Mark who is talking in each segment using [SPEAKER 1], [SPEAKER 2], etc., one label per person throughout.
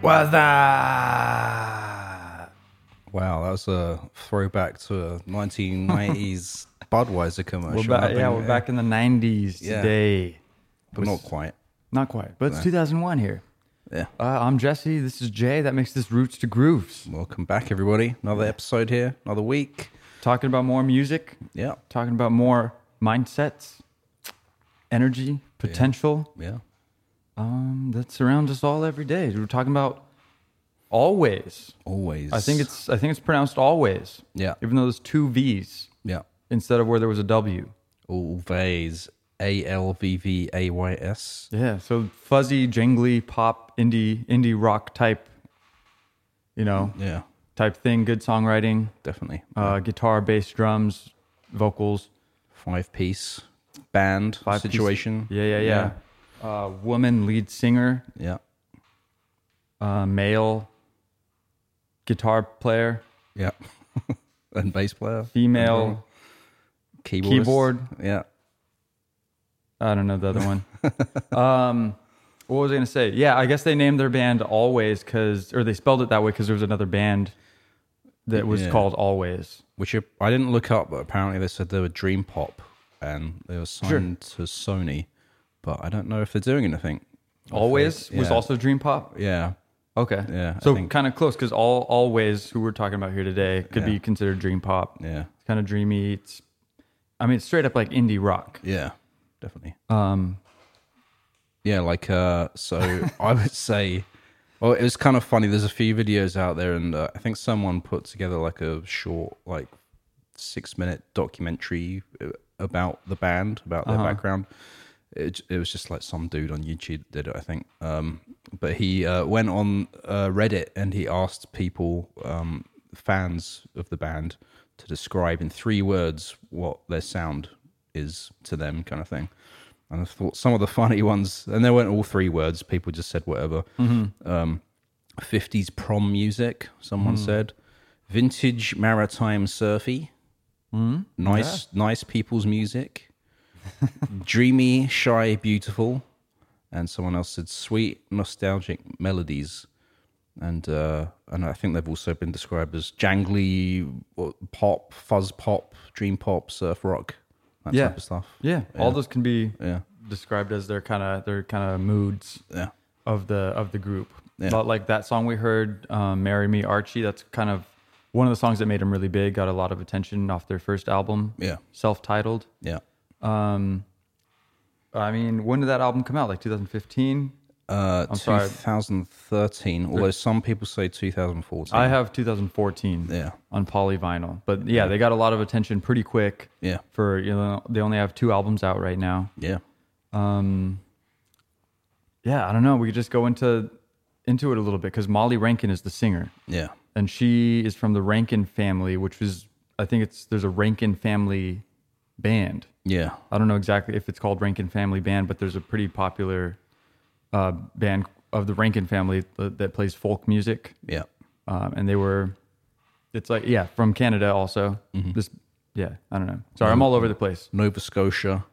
[SPEAKER 1] What's that?
[SPEAKER 2] Wow, that was a throwback to a 1990s Budweiser commercial.
[SPEAKER 1] We're back,
[SPEAKER 2] I
[SPEAKER 1] yeah,
[SPEAKER 2] think,
[SPEAKER 1] we're back in the 90s
[SPEAKER 2] eh? Yeah.
[SPEAKER 1] today.
[SPEAKER 2] but not quite.
[SPEAKER 1] Not quite, but it's 2001 here.
[SPEAKER 2] Yeah.
[SPEAKER 1] Uh, I'm Jesse. This is Jay. That makes this Roots to Grooves.
[SPEAKER 2] Welcome back, everybody. Another episode here, another week.
[SPEAKER 1] Talking about more music,
[SPEAKER 2] Yeah,
[SPEAKER 1] talking about more mindsets, energy, potential
[SPEAKER 2] yeah,
[SPEAKER 1] um, that surrounds us all every day. We're talking about always.
[SPEAKER 2] always.
[SPEAKER 1] I think it's I think it's pronounced always.
[SPEAKER 2] Yeah.
[SPEAKER 1] Even though there's two V's
[SPEAKER 2] yeah,
[SPEAKER 1] instead of where there was a W.
[SPEAKER 2] always. A L V V A Y S.
[SPEAKER 1] Yeah, so fuzzy, jingly, pop, indie, indie rock type, you know,
[SPEAKER 2] Yeah,
[SPEAKER 1] type thing. Good songwriting,
[SPEAKER 2] definitely.
[SPEAKER 1] uh, guitar, bass, drums, vocals.
[SPEAKER 2] Five piece band
[SPEAKER 1] five-piece-
[SPEAKER 2] situation.
[SPEAKER 1] Yeah, yeah, yeah. Uh, woman lead singer,
[SPEAKER 2] yeah, yeah,
[SPEAKER 1] uh, male guitar player,
[SPEAKER 2] yeah. and bass player, Mm-hmm.
[SPEAKER 1] female.
[SPEAKER 2] keyboard,
[SPEAKER 1] Keyboard.
[SPEAKER 2] Yeah,
[SPEAKER 1] I don't know the other one. um, what was I going to say? Yeah, I guess they named their band Always because, or they spelled it that way because there was another band that was
[SPEAKER 2] Yeah.
[SPEAKER 1] called Always.
[SPEAKER 2] which are- I didn't look up, but apparently they said they were Dream Pop and they were signed to Sony, but I don't know if they're doing anything.
[SPEAKER 1] Always was
[SPEAKER 2] yeah.
[SPEAKER 1] also Dream Pop.
[SPEAKER 2] Yeah,
[SPEAKER 1] Okay.
[SPEAKER 2] Yeah, I
[SPEAKER 1] So
[SPEAKER 2] think-
[SPEAKER 1] kind of close because all always who we're talking about here today could be considered dream pop.
[SPEAKER 2] yeah,
[SPEAKER 1] It's kind of dreamy. It's, I mean, it's straight up like indie rock.
[SPEAKER 2] yeah, definitely.
[SPEAKER 1] Um,
[SPEAKER 2] Yeah, like uh, so I would say, well, it was kind of funny. There's a few videos out there, and uh, I think someone put together like a short, like six minute documentary uh, about the band, about their background. It, j- it was just like some dude on YouTube did it, I think. Um, but he uh, went on uh, Reddit and he asked people, um, fans of the band, to describe in three words what their sound is to them, kind of thing. And I thought some of the funny ones, and they weren't all three words. People just said whatever.
[SPEAKER 1] Mm-hmm.
[SPEAKER 2] Um, 50s prom music, someone
[SPEAKER 1] Mm.
[SPEAKER 2] said. Vintage maritime surfy.
[SPEAKER 1] Mm.
[SPEAKER 2] Nice, nice people's music. Dreamy, shy, beautiful. And someone else said sweet, nostalgic melodies. And uh, and I think they've also been described as jangly, uh, pop, fuzz pop, dream pop, surf rock, that
[SPEAKER 1] Yeah.
[SPEAKER 2] type of stuff.
[SPEAKER 1] yeah, all those can be
[SPEAKER 2] Yeah.
[SPEAKER 1] described as their kind of their kind of moods
[SPEAKER 2] Yeah.
[SPEAKER 1] of the of the group. But like that song we heard, um, "Marry Me, Archie." That's kind of one of the songs that made them really big. Got a lot of attention off their first album.
[SPEAKER 2] Yeah.
[SPEAKER 1] self-titled.
[SPEAKER 2] Yeah.
[SPEAKER 1] Um, I mean, when did that album come out? Like 2015.
[SPEAKER 2] Uh,
[SPEAKER 1] sorry.
[SPEAKER 2] 2013, although some people say 2014.
[SPEAKER 1] I have 2014.
[SPEAKER 2] Yeah.
[SPEAKER 1] On polyvinyl, but yeah, they got a lot of attention pretty quick.
[SPEAKER 2] Yeah.
[SPEAKER 1] For you know, they only have two albums out right now.
[SPEAKER 2] yeah.
[SPEAKER 1] Um, yeah, I don't know. We could just go into into it a little bit because Molly Rankin is the singer,
[SPEAKER 2] Yeah.
[SPEAKER 1] and she is from the Rankin family, which was I think it's there's a Rankin family band.
[SPEAKER 2] Yeah.
[SPEAKER 1] I don't know exactly if it's called Rankin Family Band, but there's a pretty popular uh, band of the Rankin family that, that plays folk music.
[SPEAKER 2] Yeah.
[SPEAKER 1] Um, and they were, it's like, yeah, from Canada also. This, yeah, I don't know. Sorry, I'm all over the place.
[SPEAKER 2] Nova Scotia.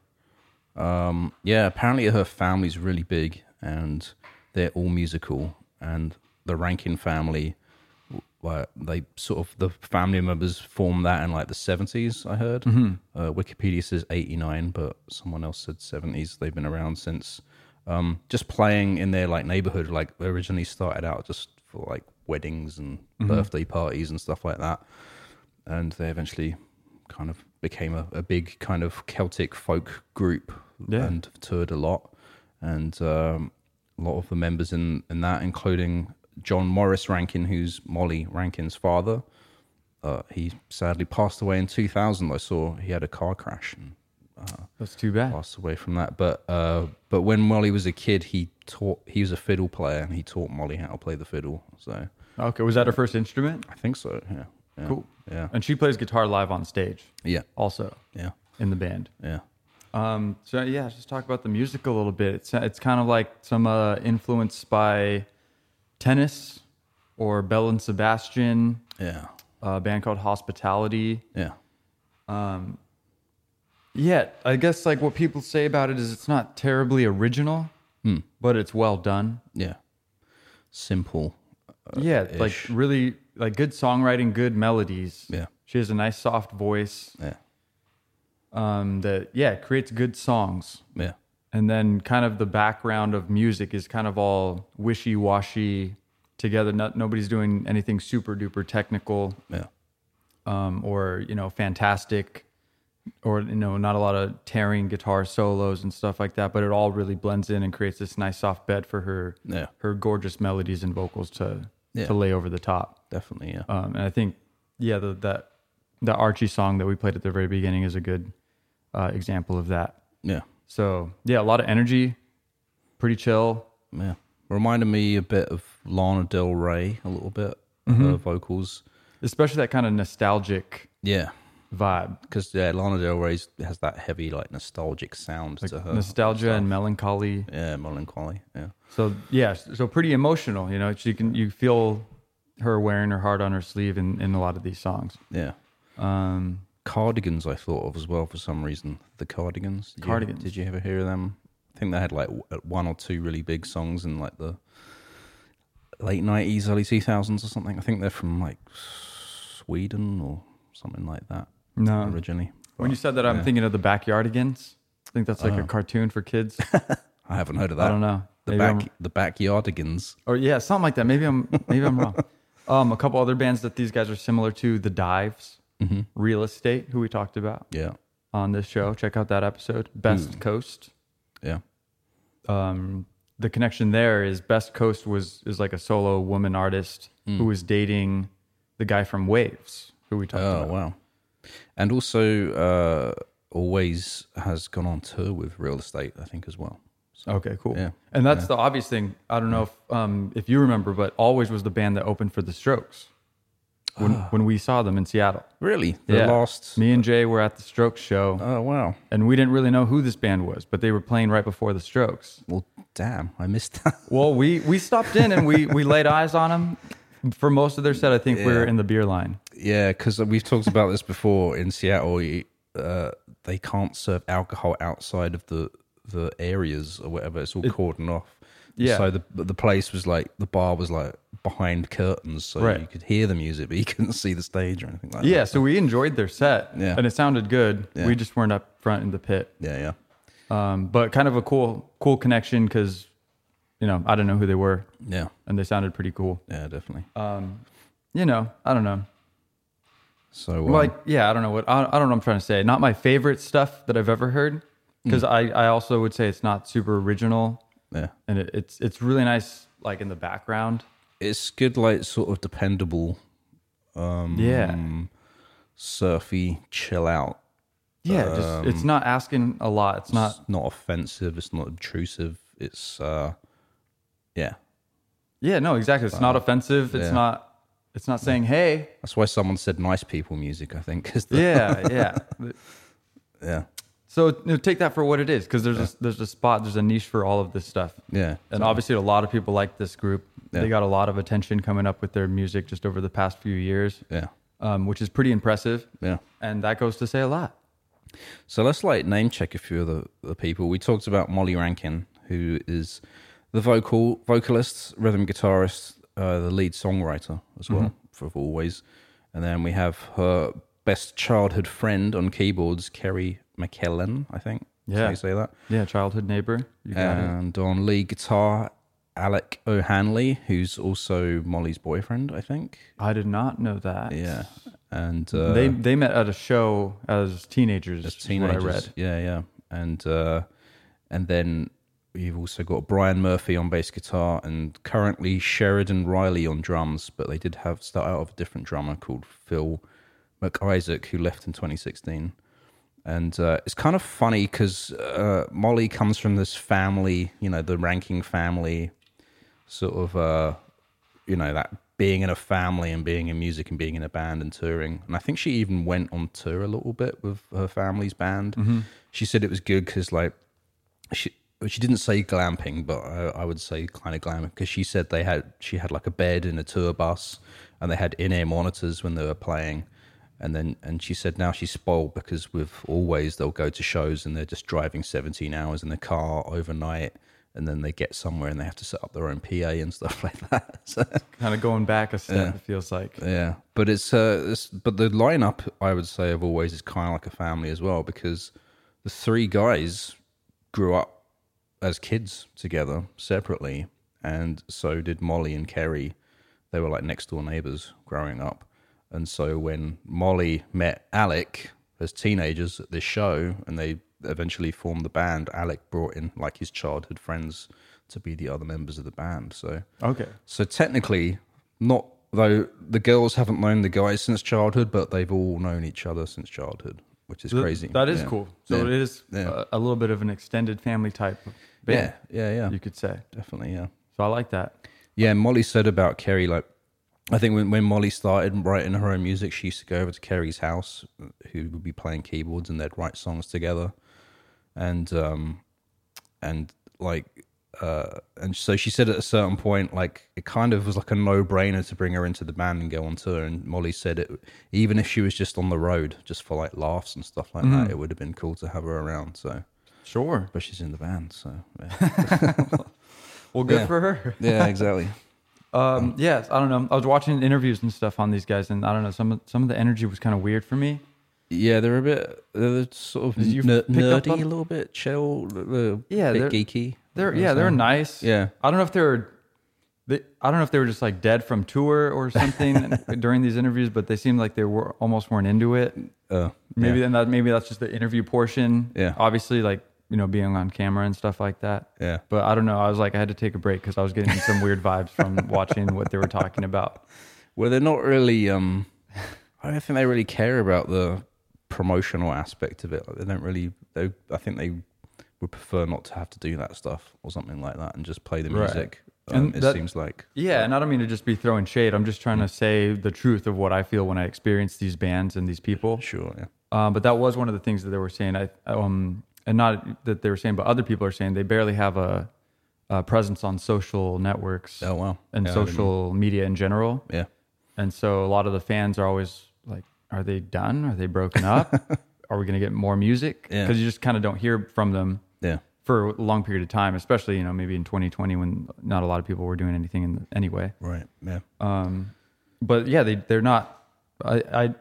[SPEAKER 2] Um, yeah, apparently her family's really big and they're all musical. And the Rankin family, well, they sort of, the family members formed that in like the 70s, I heard. Uh, Wikipedia says 89, but someone else said 70s. They've been around since. Um, just playing in their like neighborhood, like they originally started out just for like weddings and birthday parties and stuff like that and they eventually kind of became a, a big kind of Celtic folk group
[SPEAKER 1] Yeah.
[SPEAKER 2] and toured a lot. And um, a lot of the members in, in that, including John Morris Rankin, who's Molly Rankin's father, uh, he sadly passed away in 2000. I saw he had a car crash and
[SPEAKER 1] That's too bad.
[SPEAKER 2] passed away from that. But uh, but when Molly was a kid, he taught he was a fiddle player and he taught Molly how to play the fiddle. So
[SPEAKER 1] Okay, was that her first instrument?
[SPEAKER 2] I think so. Yeah. yeah.
[SPEAKER 1] Cool.
[SPEAKER 2] Yeah.
[SPEAKER 1] And she plays guitar live on stage
[SPEAKER 2] Yeah.
[SPEAKER 1] also
[SPEAKER 2] Yeah.
[SPEAKER 1] in the band.
[SPEAKER 2] Yeah.
[SPEAKER 1] Um, so yeah, let's just talk about the music a little bit. It's it's kind of like some uh, influence by tennis or Bell and Sebastian,
[SPEAKER 2] Yeah.
[SPEAKER 1] a band called Hospitality.
[SPEAKER 2] Yeah.
[SPEAKER 1] Yeah, I guess like what people say about it is it's not terribly original, but it's well done.
[SPEAKER 2] Yeah. Simple
[SPEAKER 1] yeah, like really like good songwriting, good melodies.
[SPEAKER 2] Yeah.
[SPEAKER 1] She has a nice soft voice
[SPEAKER 2] Yeah.
[SPEAKER 1] um, that yeah creates good songs.
[SPEAKER 2] Yeah.
[SPEAKER 1] and then kind of the background of music is kind of all wishy-washy together Not, nobody's doing anything super duper technical
[SPEAKER 2] Yeah.
[SPEAKER 1] um, or you know fantastic or you know not a lot of tearing guitar solos and stuff like that but it all really blends in and creates this nice soft bed for her
[SPEAKER 2] Yeah.
[SPEAKER 1] her gorgeous melodies and vocals to
[SPEAKER 2] Yeah.
[SPEAKER 1] to lay over the top
[SPEAKER 2] Definitely. Yeah.
[SPEAKER 1] um, and I think, yeah, the, that the Archie song that we played at the very beginning is a good uh, example of that.
[SPEAKER 2] Yeah.
[SPEAKER 1] So yeah, a lot of energy, pretty chill.
[SPEAKER 2] Yeah. Reminded me a bit of Lana Del Rey a little bit. Her vocals.
[SPEAKER 1] especially that kind of nostalgic
[SPEAKER 2] Yeah.
[SPEAKER 1] vibe,
[SPEAKER 2] Because yeah, Lana Del Rey has that heavy, like nostalgic sound to her.
[SPEAKER 1] nostalgia and melancholy.
[SPEAKER 2] yeah, melancholy. Yeah.
[SPEAKER 1] So yeah, so pretty emotional. You know, she can you feel her wearing her heart on her sleeve in, in a lot of these songs.
[SPEAKER 2] Yeah.
[SPEAKER 1] Um,
[SPEAKER 2] Cardigans, I thought of as well for some reason. The Cardigans. Did you-
[SPEAKER 1] Cardigans.
[SPEAKER 2] did you ever hear of them? I think they had like w- uh, one or two really big songs in like the late nineties, early two thousands, or something. I think they're from like Sweden or something like that
[SPEAKER 1] no,
[SPEAKER 2] originally.
[SPEAKER 1] when you said that, I'm thinking of the Backyardigans. I think that's like a cartoon for kids.
[SPEAKER 2] I haven't heard of that.
[SPEAKER 1] I don't know.
[SPEAKER 2] Uh. The
[SPEAKER 1] Maybe I'm-
[SPEAKER 2] back, the backyardigans.
[SPEAKER 1] or yeah, something like that. Maybe I'm maybe I'm wrong. Um, a couple other bands that these guys are similar to: the Dives,
[SPEAKER 2] Mm-hmm.
[SPEAKER 1] Real Estate, who we talked about
[SPEAKER 2] Yeah,
[SPEAKER 1] on this show. Check out that episode. Best
[SPEAKER 2] Hmm.
[SPEAKER 1] Coast.
[SPEAKER 2] yeah,
[SPEAKER 1] Um, the connection there is Best Coast was is like a solo woman artist
[SPEAKER 2] Hmm.
[SPEAKER 1] who was dating the guy from Waves, who we talked
[SPEAKER 2] Oh
[SPEAKER 1] about.
[SPEAKER 2] wow! And also, uh, always has gone on tour with real estate, I think, as well. So,
[SPEAKER 1] Okay, cool.
[SPEAKER 2] Yeah.
[SPEAKER 1] And that's the obvious thing. I don't know if um, if you remember, but Always was the band that opened for the Strokes when
[SPEAKER 2] Ah.
[SPEAKER 1] when we saw them in Seattle.
[SPEAKER 2] really, the
[SPEAKER 1] Yeah.
[SPEAKER 2] last.
[SPEAKER 1] Me and Jay were at the Strokes show.
[SPEAKER 2] Oh wow!
[SPEAKER 1] and we didn't really know who this band was, but they were playing right before the Strokes.
[SPEAKER 2] Well, damn, I missed that.
[SPEAKER 1] Well, we we stopped in and we we laid eyes on them. For most of their set, I think we were in the beer line.
[SPEAKER 2] yeah, because we've talked about this before in Seattle. you- Uh, they can't serve alcohol outside of the the areas or whatever. It's all cordoned off.
[SPEAKER 1] Yeah.
[SPEAKER 2] So the the place was like the bar was like behind curtains, so
[SPEAKER 1] Right.
[SPEAKER 2] you could hear the music, but you couldn't see the stage or anything like that.
[SPEAKER 1] Yeah, so we enjoyed their set,
[SPEAKER 2] Yeah.
[SPEAKER 1] and it sounded good. We just weren't up front in the pit,
[SPEAKER 2] Yeah, yeah.
[SPEAKER 1] um, but kind of a cool cool connection because you know I don't know who they were,
[SPEAKER 2] Yeah,
[SPEAKER 1] and they sounded pretty cool.
[SPEAKER 2] yeah, definitely.
[SPEAKER 1] You know, I don't know.
[SPEAKER 2] so, um,
[SPEAKER 1] Like, yeah, I don't know what I, I don't know. What I'm trying to say not my favorite stuff that I've ever heard because I I also would say it's not super original.
[SPEAKER 2] yeah,
[SPEAKER 1] and it, it's it's really nice like in the background
[SPEAKER 2] it's good, like sort of dependable, um,
[SPEAKER 1] yeah
[SPEAKER 2] surfy, chill out.
[SPEAKER 1] yeah just it's not asking a lot it's not
[SPEAKER 2] It's not offensive. It's not obtrusive. It's uh, yeah.
[SPEAKER 1] yeah no exactly it's not offensive it's
[SPEAKER 2] yeah.
[SPEAKER 1] not it's not saying hey
[SPEAKER 2] That's why someone said nice people music. I think because yeah.
[SPEAKER 1] yeah yeah
[SPEAKER 2] yeah,
[SPEAKER 1] so you know, take that for what it is because there's a, there's a spot there's a niche for all of this stuff
[SPEAKER 2] yeah,
[SPEAKER 1] and obviously a lot of people like this group
[SPEAKER 2] Yeah.
[SPEAKER 1] they got a lot of attention coming up with their music just over the past few years
[SPEAKER 2] yeah,
[SPEAKER 1] um, which is pretty impressive
[SPEAKER 2] yeah.
[SPEAKER 1] and that goes to say a lot
[SPEAKER 2] So let's like name check a few of the, the people. We talked about Molly Rankin, who is the vocal vocalist, rhythm guitarist, uh, the lead songwriter as well
[SPEAKER 1] Mm-hmm.
[SPEAKER 2] for Always, and then we have her best childhood friend on keyboards, Kerry McKellen, I think. That's how
[SPEAKER 1] Yeah.
[SPEAKER 2] you say that.
[SPEAKER 1] yeah childhood neighbor you got it.
[SPEAKER 2] And on lead guitar, Alec O'Hanley, who's also Molly's boyfriend, I think.
[SPEAKER 1] i did not know that
[SPEAKER 2] Yeah, and uh,
[SPEAKER 1] they they met at a show as teenagers. As
[SPEAKER 2] teenagers.
[SPEAKER 1] Is what I read.
[SPEAKER 2] Yeah, yeah. And uh, and then you've also got Brian Murphy on bass guitar and currently Sheridan Riley on drums, but they did have start out of a different drummer called Phil McIsaac who left in 2016. And uh, it's kind of funny because uh, Molly comes from this family, you know, the ranking family, sort of, uh, you know, that being in a family and being in music and being in a band and touring. And I think she even went on tour a little bit with her family's band. She said it was good because, like, she. She didn't say glamping, but I, I would say kind of glamping because she said they had she had like a bed in a tour bus, and they had in-ear monitors when they were playing, and then and she said now she's spoiled because with always they'll go to shows and they're just driving 17 hours in the car overnight and then they get somewhere and they have to set up their own PA and stuff like that. So,
[SPEAKER 1] Kind of going back a step,
[SPEAKER 2] Yeah.
[SPEAKER 1] it feels like.
[SPEAKER 2] yeah, but it's uh, it's, but the lineup I would say of always is kind of like a family as well because the three guys grew up as kids together separately, and so did Molly and Kerry. They were like next door neighbors growing up, and so when Molly met Alec as teenagers at this show, and they eventually formed the band, Alec brought in like his childhood friends to be the other members of the band. So
[SPEAKER 1] Okay.
[SPEAKER 2] so technically, not though the girls haven't known the guys since childhood, but they've all known each other since childhood, which is
[SPEAKER 1] Th-
[SPEAKER 2] crazy.
[SPEAKER 1] That is
[SPEAKER 2] Yeah.
[SPEAKER 1] cool. So
[SPEAKER 2] Yeah.
[SPEAKER 1] it is
[SPEAKER 2] Yeah.
[SPEAKER 1] a, a little bit of an extended family type
[SPEAKER 2] Yeah,
[SPEAKER 1] band,
[SPEAKER 2] yeah, yeah,
[SPEAKER 1] you could say.
[SPEAKER 2] definitely, yeah,
[SPEAKER 1] So I like that.
[SPEAKER 2] yeah. Molly said about Kerry, like I think when, when Molly started writing her own music, she used to go over to Kerry's house, who would be playing keyboards, and they'd write songs together, and um, and like. Uh, and so she said at a certain point, like it kind of was like a no-brainer to bring her into the band and go on tour. And Molly said it, even if she was just on the road, just for like laughs and stuff like that, it would have been cool to have her around. So,
[SPEAKER 1] Sure.
[SPEAKER 2] but she's in the band, so yeah,
[SPEAKER 1] Well, good
[SPEAKER 2] Yeah.
[SPEAKER 1] for her.
[SPEAKER 2] yeah exactly.
[SPEAKER 1] Um, yes, I don't know. I was watching interviews and stuff on these guys, and I don't know. Some of, some of the energy was kind of weird for me.
[SPEAKER 2] Yeah, they're a bit they're sort of
[SPEAKER 1] Did you
[SPEAKER 2] ner-
[SPEAKER 1] pick up
[SPEAKER 2] nerdy
[SPEAKER 1] on-
[SPEAKER 2] a little bit, chill, uh,
[SPEAKER 1] Yeah,
[SPEAKER 2] bit
[SPEAKER 1] they're-
[SPEAKER 2] geeky.
[SPEAKER 1] They're yeah, they're nice.
[SPEAKER 2] Yeah.
[SPEAKER 1] I don't know if they were. They, I don't know if they were just like dead from tour or something during these interviews, but they seemed like they were almost weren't into it.
[SPEAKER 2] Uh,
[SPEAKER 1] Maybe then that maybe that's just the interview portion.
[SPEAKER 2] Yeah.
[SPEAKER 1] Obviously, like you know, being on camera and stuff like that.
[SPEAKER 2] Yeah.
[SPEAKER 1] But I don't know. I was like, I had to take a break because I was getting some weird vibes from watching what they were talking about.
[SPEAKER 2] Well, they're not really. Um, I don't think they really care about the promotional aspect of it. Like, they don't really. They, I think they would prefer not to have to do that stuff or something like that, and just play the
[SPEAKER 1] Right.
[SPEAKER 2] music. Um,
[SPEAKER 1] And
[SPEAKER 2] it
[SPEAKER 1] that-
[SPEAKER 2] seems like
[SPEAKER 1] Yeah, and I don't mean to just be throwing shade. I'm just trying to say the truth of what I feel when I experience these bands and these people.
[SPEAKER 2] sure. Yeah.
[SPEAKER 1] Um, but that was one of the things that they were saying. I um, and not that they were saying, but other people are saying they barely have a, a presence on social networks
[SPEAKER 2] Oh wow.
[SPEAKER 1] and
[SPEAKER 2] Yeah, I didn't-
[SPEAKER 1] social media in general.
[SPEAKER 2] Yeah.
[SPEAKER 1] And so a lot of the fans are always like, "Are they done? Are they broken up? are we going to get more music?"
[SPEAKER 2] Yeah.
[SPEAKER 1] Because you just kind of don't hear from them
[SPEAKER 2] Yeah.
[SPEAKER 1] for a long period of time, especially you know maybe in 2020 when not a lot of people were doing anything in the, anyway.
[SPEAKER 2] Right. Yeah.
[SPEAKER 1] Um, but yeah, they they're not. I, I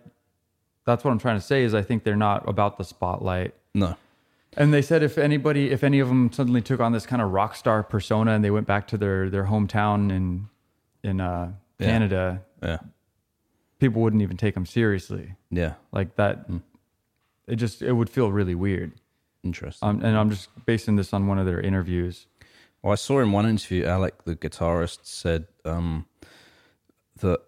[SPEAKER 1] that's what I'm trying to say is I think they're not about the spotlight.
[SPEAKER 2] No.
[SPEAKER 1] And they said if anybody, if any of them suddenly took on this kind of rock star persona and they went back to their their hometown in in uh,
[SPEAKER 2] Yeah.
[SPEAKER 1] Canada,
[SPEAKER 2] Yeah.
[SPEAKER 1] people wouldn't even take them seriously.
[SPEAKER 2] Yeah.
[SPEAKER 1] Like that,
[SPEAKER 2] Hmm.
[SPEAKER 1] it just it would feel really weird.
[SPEAKER 2] Interesting.
[SPEAKER 1] Um, and I'm just basing this on one of their interviews.
[SPEAKER 2] Well, I saw in one interview, Alec, the guitarist, said um, that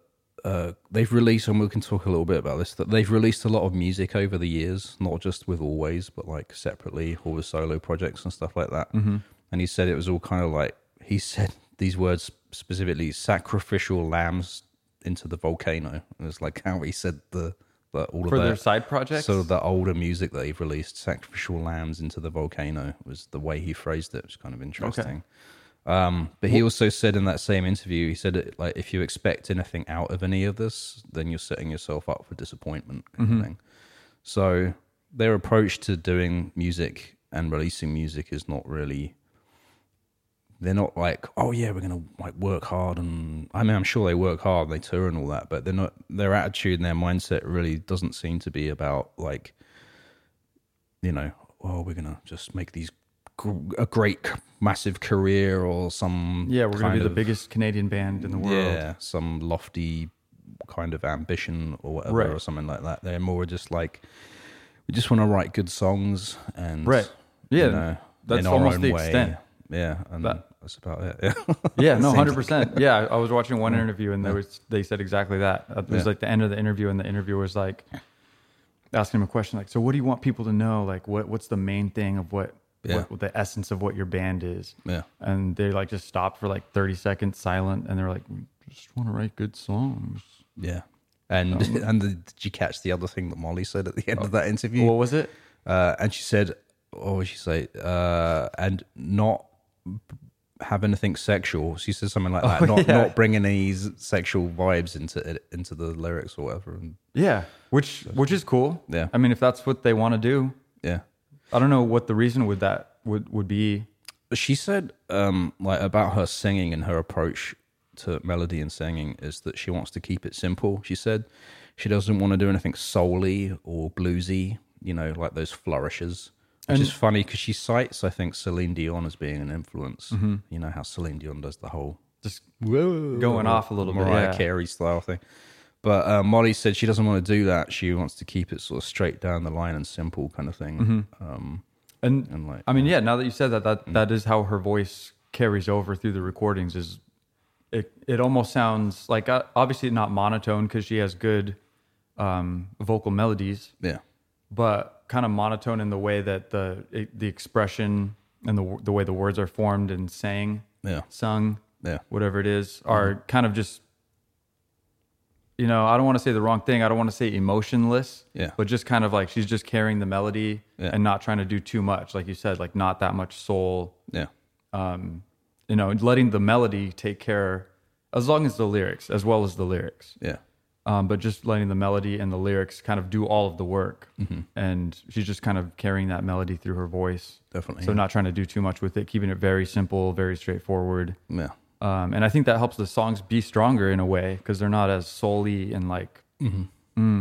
[SPEAKER 2] uh, they've released, and we can talk a little bit about this, that they've released a lot of music over the years, not just with Always, but like separately or with solo projects and stuff like that. Mm-hmm. And he said it was all kind of like, he said these words specifically sacrificial lambs into the volcano. It was like how he said the, the all
[SPEAKER 1] for
[SPEAKER 2] of
[SPEAKER 1] their
[SPEAKER 2] that.
[SPEAKER 1] side projects.
[SPEAKER 2] So the older music that they've released, "Sacrificial Lambs into the Volcano," was the way he phrased it. It was kind of interesting. Um, but he also said in that same interview, he said it, like if you expect anything out of any of this, then you're setting yourself up for disappointment. Kind of thing. So their approach to doing music and releasing music is not really they're not like, oh yeah, we're gonna like work hard and I mean I'm sure they work hard, they tour and all that, but they're not their attitude and their mindset really doesn't seem to be about like, you know, oh we're gonna just make these gr- a great c- massive career or some
[SPEAKER 1] yeah, we're gonna be
[SPEAKER 2] kind
[SPEAKER 1] the
[SPEAKER 2] of-
[SPEAKER 1] biggest Canadian band in the world.
[SPEAKER 2] yeah some lofty kind of ambition or whatever
[SPEAKER 1] Right.
[SPEAKER 2] or something like that. They're more just like we just want to write good songs and
[SPEAKER 1] Right.
[SPEAKER 2] you
[SPEAKER 1] Yeah,
[SPEAKER 2] know,
[SPEAKER 1] that's
[SPEAKER 2] in our
[SPEAKER 1] almost
[SPEAKER 2] own
[SPEAKER 1] the
[SPEAKER 2] way.
[SPEAKER 1] extent.
[SPEAKER 2] Yeah, and
[SPEAKER 1] That-
[SPEAKER 2] that's about it. Yeah.
[SPEAKER 1] Yeah,
[SPEAKER 2] It
[SPEAKER 1] no,
[SPEAKER 2] seems
[SPEAKER 1] hundred percent. Yeah, I was watching one interview and there was they said exactly that. Uh, It was
[SPEAKER 2] Yeah.
[SPEAKER 1] like the end of the interview, and the interviewer was like asking him a question like, "So, what do you want people to know? Like, what what's the main thing of what,
[SPEAKER 2] Yeah.
[SPEAKER 1] what the essence of what your band is?"
[SPEAKER 2] Yeah.
[SPEAKER 1] And they like just stopped for like thirty seconds silent, and they're like, "We "Just want to write good songs."
[SPEAKER 2] Yeah. And and the, did you catch the other thing that Molly said at the end of that interview?
[SPEAKER 1] What was it?
[SPEAKER 2] uh, and she said, "What would she say?" Uh, and not have anything sexual. She said something like that. not
[SPEAKER 1] yeah.
[SPEAKER 2] not bringing any s- sexual vibes into it, into the lyrics or whatever. And
[SPEAKER 1] Yeah, which which is cool.
[SPEAKER 2] Yeah.
[SPEAKER 1] I mean, if that's what they want to do,
[SPEAKER 2] yeah,
[SPEAKER 1] I don't know what the reason would that would would be.
[SPEAKER 2] she said um like about her singing and her approach to melody and singing is that she wants to keep it simple she said she doesn't want to do anything soul-y or bluesy you know like those flourishes which is funny because she cites i think celine dion as being an influence you know how celine dion does the whole
[SPEAKER 1] Just going off a little bit.
[SPEAKER 2] Mariah
[SPEAKER 1] Yeah.
[SPEAKER 2] Carey style thing. But uh, Molly said she doesn't want to do that. She wants to keep it sort of straight down the line and simple kind of thing. Um,
[SPEAKER 1] And
[SPEAKER 2] and like, Mm.
[SPEAKER 1] I mean, yeah. Now that you said that, that that is how her voice carries over through the recordings. Is it? It almost sounds like uh, obviously not monotone because she has good um, vocal melodies,
[SPEAKER 2] yeah,
[SPEAKER 1] but kind of monotone in the way that the it, the expression and the w- the way the words are formed and sang,
[SPEAKER 2] yeah,
[SPEAKER 1] sung,
[SPEAKER 2] yeah,
[SPEAKER 1] whatever it is, are
[SPEAKER 2] Mm-hmm.
[SPEAKER 1] kind of just. You know, I don't want to say the wrong thing. I don't want to say emotionless,
[SPEAKER 2] Yeah.
[SPEAKER 1] but just kind of like she's just carrying the melody
[SPEAKER 2] Yeah.
[SPEAKER 1] and not trying to do too much, like you said, like not that much soul
[SPEAKER 2] yeah,
[SPEAKER 1] um, you know, letting the melody take care, as long as the lyrics, as well as the lyrics,
[SPEAKER 2] yeah,
[SPEAKER 1] um, but just letting the melody and the lyrics kind of do all of the work.
[SPEAKER 2] Mm-hmm.
[SPEAKER 1] And she's just kind of carrying that melody through her voice.
[SPEAKER 2] definitely.
[SPEAKER 1] So not trying to do too much with it, keeping it very simple, very straightforward.
[SPEAKER 2] yeah,
[SPEAKER 1] Um, and I think that helps the songs be stronger in a way because they're not as solely and like, mm,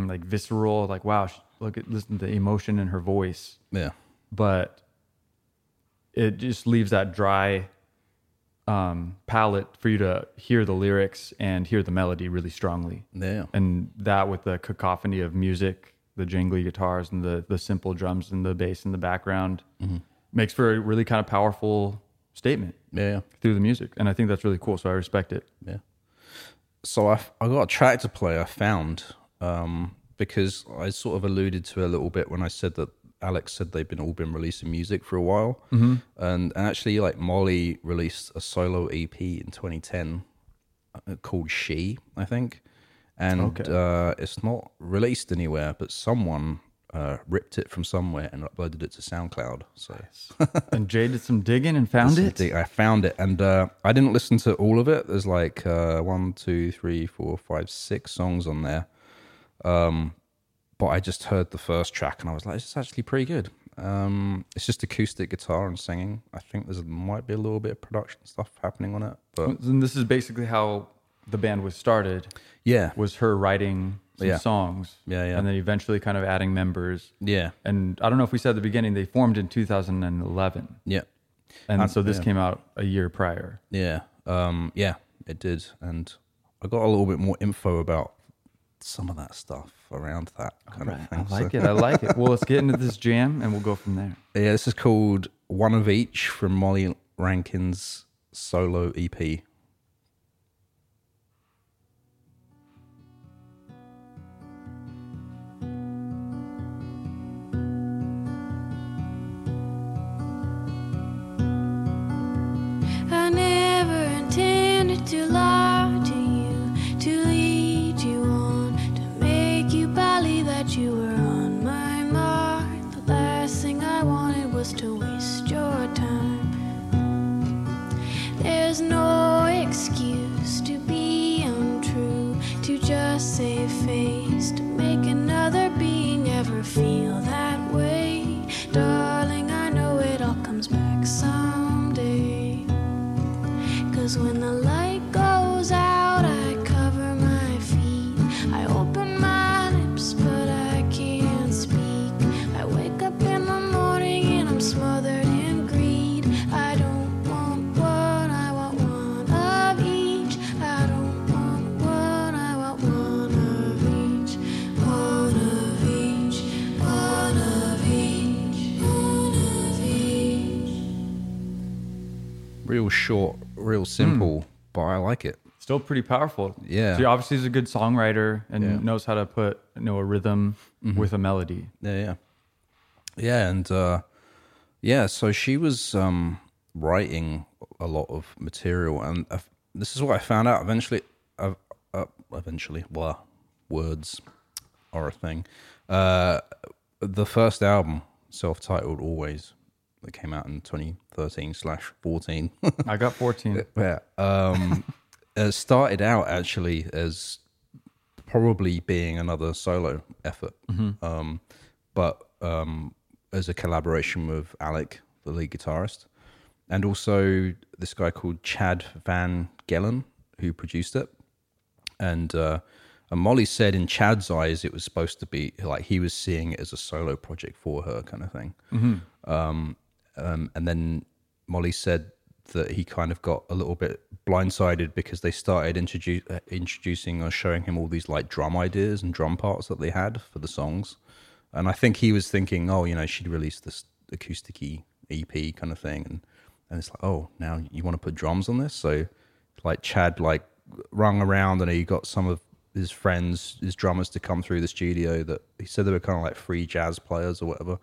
[SPEAKER 1] like visceral, like, wow, she, look at, listen to the emotion in her voice
[SPEAKER 2] yeah,
[SPEAKER 1] but it just leaves that dry um, palette for you to hear the lyrics and hear the melody really strongly.
[SPEAKER 2] yeah,
[SPEAKER 1] And that with the cacophony of music, the jingly guitars and the the simple drums and the bass in the background makes for a really kind of powerful statement
[SPEAKER 2] yeah,
[SPEAKER 1] through the music. And I think that's really cool. So I respect it.
[SPEAKER 2] yeah. So I, I got a track to play. I found um, because I sort of alluded to it a little bit when I said that Alex said they've been all been releasing music for a while, mm-hmm. and, and actually, like Molly released a solo EP in 2010. uh, called She, I think, and uh, it's not released anywhere, but someone uh, ripped it from somewhere and uploaded it to SoundCloud. So
[SPEAKER 1] and Jay did some digging and found it.
[SPEAKER 2] I found it, and uh, I didn't listen to all of it. There's like uh, one, two, three, four, five, six songs on there, um, but I just heard the first track and I was like, "This is actually pretty good." Um, it's just acoustic guitar and singing. I think there's might be a little bit of production stuff happening on it, but
[SPEAKER 1] And this is basically how the band was started.
[SPEAKER 2] yeah,
[SPEAKER 1] was her writing some
[SPEAKER 2] Yeah.
[SPEAKER 1] songs.
[SPEAKER 2] Yeah, yeah.
[SPEAKER 1] And then eventually kind of adding members.
[SPEAKER 2] yeah,
[SPEAKER 1] And I don't know if we said at the beginning, they formed in 2011.
[SPEAKER 2] yeah.
[SPEAKER 1] And so this came out a year prior.
[SPEAKER 2] Yeah. Um, yeah, it did. And I got a little bit more info about some of that stuff around that kind of
[SPEAKER 1] I
[SPEAKER 2] thing.
[SPEAKER 1] like it. I like it. Well, let's get into this jam and we'll go from there.
[SPEAKER 2] So, yeah, this is called One of Each from Molly Rankin's solo E EP.
[SPEAKER 3] I never intended to lie to you, to lead you on, to make you believe that you were on my mind. The last thing I wanted was to waste your time. There's no excuse to be untrue, to just save face, to make another being ever feel that way. Darling, I know it all comes back someday. Cause when the light goes out, I cover my feet. I open my lips, but I can't speak. I wake up in the morning and I'm smothered in greed. I don't want one, I want one of each. I don't want one, I want one of each. One of each, one of each, one of each.
[SPEAKER 2] Real short, real simple, but I like it.
[SPEAKER 1] Still pretty powerful.
[SPEAKER 2] Yeah.
[SPEAKER 1] She obviously is a good songwriter and
[SPEAKER 2] Yeah.
[SPEAKER 1] knows how to put you know a rhythm with a melody.
[SPEAKER 2] Yeah, yeah. Yeah, and uh yeah, so she was um writing a lot of material and i this is what I found out eventually uh, uh, eventually, well, words are a thing. Uh the first album, self-titled Always that came out in 2013 slash 14
[SPEAKER 1] I got 14.
[SPEAKER 2] yeah. Um, uh, started out actually as probably being another solo effort, um, but um, as a collaboration with Alec, the lead guitarist, and also this guy called Chad Van Gellen who produced it. And uh, and Molly said in Chad's eyes it was supposed to be like he was seeing it as a solo project for her kind of thing. Um, um, and then Molly said that he kind of got a little bit blindsided because they started introdu- uh, introducing or showing him all these like drum ideas and drum parts that they had for the songs. And I think he was thinking, oh, you know, she'd release this acoustic EP kind of thing. And, and it's like, oh, now you want to put drums on this? So like Chad like rung around and he got some of his friends, his drummers to come through the studio that he said they were kind of like free jazz players or whatever.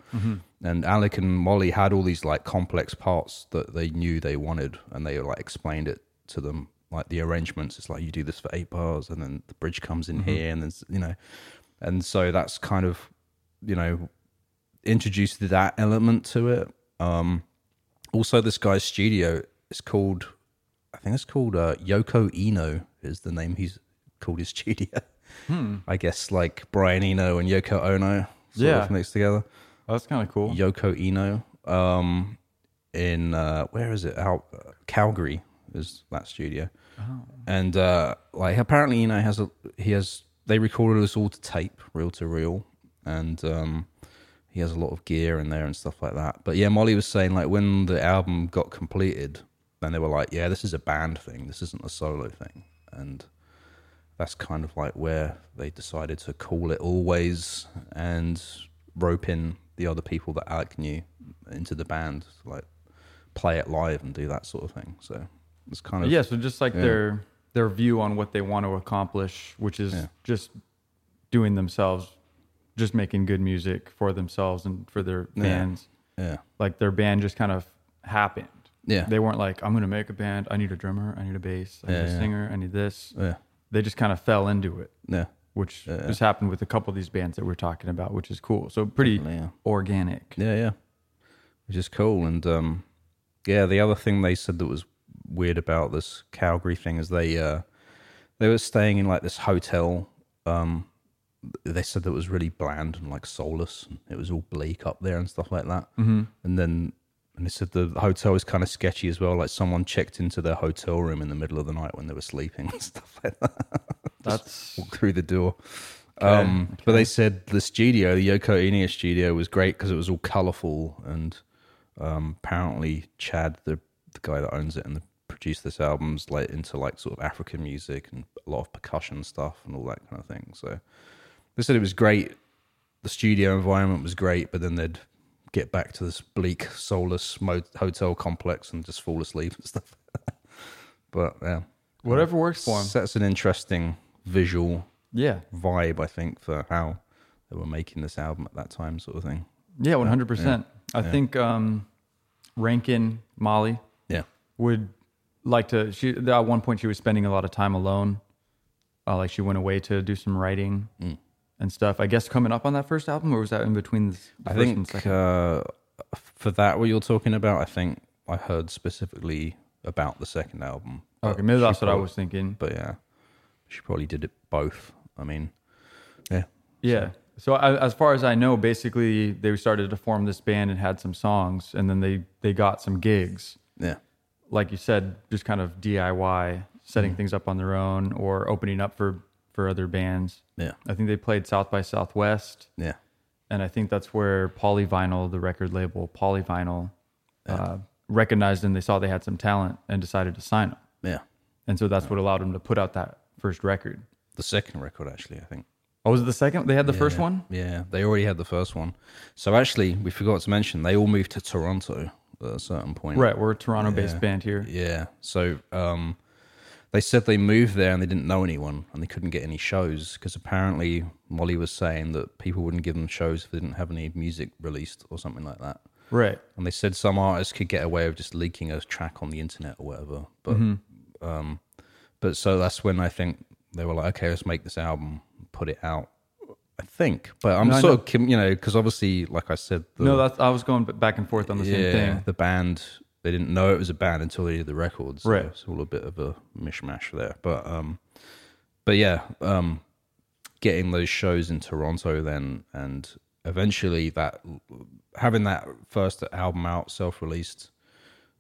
[SPEAKER 2] And Alec and Molly had all these like complex parts that they knew they wanted and they like explained it to them. Like the arrangements, it's like you do this for eight bars and then the bridge comes in here and then, you know, and so that's kind of, you know, introduced that element to it. Um, also, this guy's studio is called, I think it's called uh, Yoko Eno is the name he's called his studio. I guess like Brian Eno and Yoko Ono sort
[SPEAKER 1] Yeah.
[SPEAKER 2] of mixed together.
[SPEAKER 1] Oh, that's kind of cool.
[SPEAKER 2] Yoko Eno um, in uh, where is it? Out Calgary is that studio, and uh, like apparently Eno has a he has they recorded us all to tape, reel to reel, and um, he has a lot of gear in there and stuff like that. But yeah, Molly was saying like when the album got completed, then they were like, yeah, this is a band thing, this isn't a solo thing, and that's kind of like where they decided to call it always and rope in the other people that Alec knew into the band, to, like play it live and do that sort of thing. So it's kind of
[SPEAKER 1] Yeah, so just like their their view on what they want to accomplish, which is
[SPEAKER 2] Yeah.
[SPEAKER 1] just doing themselves, just making good music for themselves and for their fans.
[SPEAKER 2] yeah,
[SPEAKER 1] Like their band just kind of happened.
[SPEAKER 2] yeah,
[SPEAKER 1] They weren't like, I'm gonna make a band. I need a drummer. I need a bass. I need
[SPEAKER 2] Yeah,
[SPEAKER 1] a
[SPEAKER 2] yeah.
[SPEAKER 1] singer. I need this.
[SPEAKER 2] yeah,
[SPEAKER 1] They just kind of fell into it,
[SPEAKER 2] yeah,
[SPEAKER 1] which has happened with a couple of these bands that we're talking about, which is cool. So pretty
[SPEAKER 2] Definitely, yeah.
[SPEAKER 1] organic.
[SPEAKER 2] yeah, yeah, which is cool. And um, yeah, the other thing they said that was weird about this Calgary thing is they uh, they were staying in like this hotel. Um, they said that it was really bland and like soulless. And it was all bleak up there and stuff like that. Mm-hmm. And then, and they said the hotel was kind of sketchy as well. Like someone checked into their hotel room in the middle of the night when they were sleeping and stuff like that
[SPEAKER 1] That's
[SPEAKER 2] walk through the door. Um, But they said the studio, the Yoko Enia studio, was great because it was all colorful. And um, apparently, Chad, the, the guy that owns it and the, produced this album's like into like sort of African music and a lot of percussion stuff and all that kind of thing. So they said it was great. The studio environment was great, but then they'd get back to this bleak, soulless mo- hotel complex and just fall asleep and stuff. but yeah,
[SPEAKER 1] whatever works for them.
[SPEAKER 2] that's an interesting visual
[SPEAKER 1] Yeah.
[SPEAKER 2] vibe, I think, for how they were making this album at that time, sort of thing.
[SPEAKER 1] Yeah, 100%. I think um, Rankin Molly
[SPEAKER 2] Yeah.
[SPEAKER 1] would like to. She at one point she was spending a lot of time alone. Uh, like she went away to do some writing
[SPEAKER 2] Mm.
[SPEAKER 1] and stuff. I guess coming up on that first album, or was that in between? The, the
[SPEAKER 2] I
[SPEAKER 1] first and
[SPEAKER 2] think
[SPEAKER 1] second?
[SPEAKER 2] uh, for that, what you're talking about, I think I heard specifically about the second album. but
[SPEAKER 1] Okay, maybe
[SPEAKER 2] uh, she
[SPEAKER 1] that's what I
[SPEAKER 2] prob-
[SPEAKER 1] was thinking.
[SPEAKER 2] But yeah, she probably did it both. I mean, yeah.
[SPEAKER 1] Yeah. So I, as far as I know, basically they started to form this band and had some songs, and then they they got some gigs.
[SPEAKER 2] Yeah.
[SPEAKER 1] like you said, just kind of DIY,
[SPEAKER 2] Mm.
[SPEAKER 1] setting things up on their own or opening up for for other bands.
[SPEAKER 2] Yeah.
[SPEAKER 1] I think they played South by Southwest,
[SPEAKER 2] Yeah.
[SPEAKER 1] and I think that's where Polyvinyl, the record label Polyvinyl, uh, recognized them. They saw they had some talent and decided to sign them,
[SPEAKER 2] Yeah.
[SPEAKER 1] and so that's what allowed them to put out that first record.
[SPEAKER 2] The second record, actually, I think.
[SPEAKER 1] Oh, was it the second? They had the first
[SPEAKER 2] Yeah.
[SPEAKER 1] one.
[SPEAKER 2] Yeah, they already had the first one. So actually, we forgot to mention they all moved to Toronto at a certain point.
[SPEAKER 1] Right, we're a Toronto-based band here.
[SPEAKER 2] Yeah. So um, they said they moved there and they didn't know anyone and they couldn't get any shows because apparently Molly was saying that people wouldn't give them shows if they didn't have any music released or something like that.
[SPEAKER 1] Right.
[SPEAKER 2] And they said some artists could get away with just leaking a track on the internet or whatever. But
[SPEAKER 1] Mm-hmm.
[SPEAKER 2] um, but so that's when I think they were like, okay, let's make this album, put it out. I think, but I'm
[SPEAKER 1] No, I
[SPEAKER 2] sort of, kim- you know, because obviously, like I said, the,
[SPEAKER 1] No, that's I was going back and forth on the same thing.
[SPEAKER 2] the band they didn't know it was a band until they did the records. so
[SPEAKER 1] Right.
[SPEAKER 2] It's all a bit of a mishmash there. But um but yeah, um getting those shows in Toronto then and eventually that having that first album out self released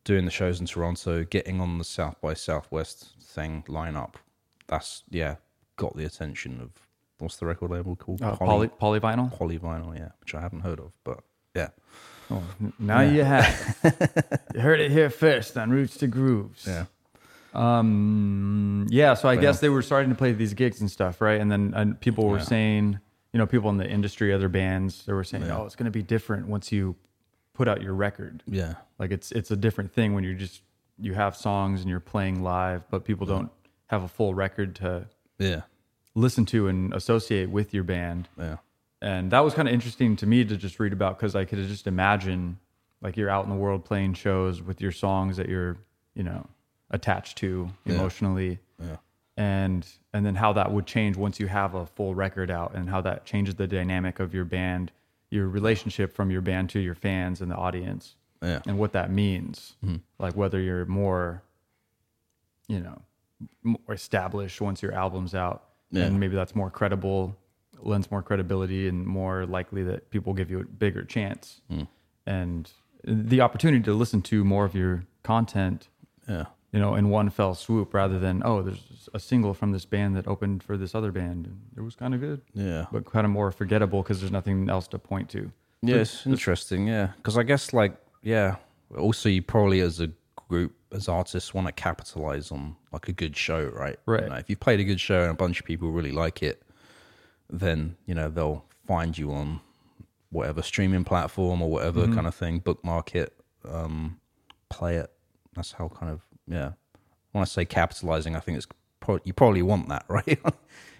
[SPEAKER 2] doing the shows in Toronto, getting on the South by Southwest thing lineup. That's yeah, got the attention of what's the record label called?
[SPEAKER 1] Uh, poly, polyvinyl.
[SPEAKER 2] Polyvinyl, yeah, which I haven't heard of, but yeah,
[SPEAKER 1] Oh, n- now you have. it. you heard it here first on Roots to Grooves.
[SPEAKER 2] yeah,
[SPEAKER 1] Um, yeah, so I
[SPEAKER 2] Well.
[SPEAKER 1] guess they were starting to play these gigs and stuff, right? And then and people were
[SPEAKER 2] Yeah.
[SPEAKER 1] saying, you know, people in the industry, other bands, they were saying,
[SPEAKER 2] Yeah.
[SPEAKER 1] "Oh, it's going to be different once you put out your record.
[SPEAKER 2] yeah,
[SPEAKER 1] Like it's it's a different thing when you're just you have songs and you're playing live, but people don't have a full record to
[SPEAKER 2] yeah,
[SPEAKER 1] listen to and associate with your band."
[SPEAKER 2] yeah,
[SPEAKER 1] and that was kind of interesting to me to just read about because I could just imagine like you're out in the world playing shows with your songs that you're you know attached to emotionally
[SPEAKER 2] Yeah.
[SPEAKER 1] and and then how that would change once you have a full record out and how that changes the dynamic of your band your relationship from your band to your fans and the audience
[SPEAKER 2] yeah,
[SPEAKER 1] and what that means like whether you're more you know more established once your album's out
[SPEAKER 2] Yeah.
[SPEAKER 1] and maybe that's more credible lends more credibility and more likely that people give you a bigger chance and the opportunity to listen to more of your content
[SPEAKER 2] yeah,
[SPEAKER 1] you know in one fell swoop rather than oh there's a single from this band that opened for this other band and it was kind of good
[SPEAKER 2] yeah.
[SPEAKER 1] but kind of more forgettable because there's nothing else to point to
[SPEAKER 2] Yeah, it's interesting. Yeah, because I guess like yeah, also you probably as a group as artists want to capitalize on like a good show, right? You
[SPEAKER 1] Right.
[SPEAKER 2] know, if you've played a good show and a bunch of people really like it, then you know they'll find you on whatever streaming platform or whatever
[SPEAKER 1] Mm-hmm.
[SPEAKER 2] kind of thing, bookmark it, um, play it. That's how kind of yeah. When I say capitalizing, I think it's pro- you probably want that, right?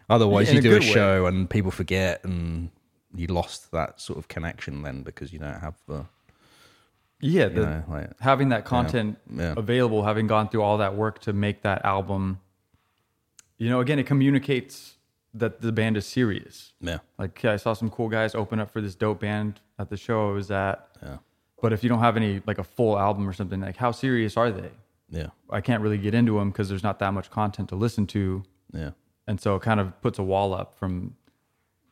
[SPEAKER 2] Otherwise,
[SPEAKER 1] In
[SPEAKER 2] you
[SPEAKER 1] a
[SPEAKER 2] do a
[SPEAKER 1] good way.
[SPEAKER 2] show show and people forget and you lost that sort of connection then because you don't have the
[SPEAKER 1] yeah
[SPEAKER 2] you
[SPEAKER 1] the,
[SPEAKER 2] know, like
[SPEAKER 1] having that content
[SPEAKER 2] Yeah.
[SPEAKER 1] available, having gone through all that work to make that album, you know, again, it communicates that the band is serious.
[SPEAKER 2] yeah
[SPEAKER 1] Like I saw some cool guys open up for this dope band at the show I was at.
[SPEAKER 2] yeah
[SPEAKER 1] But if you don't have any like a full album or something, like how serious are they?
[SPEAKER 2] yeah
[SPEAKER 1] I can't really get into them because there's not that much content to listen to,
[SPEAKER 2] yeah
[SPEAKER 1] and so it kind of puts a wall up from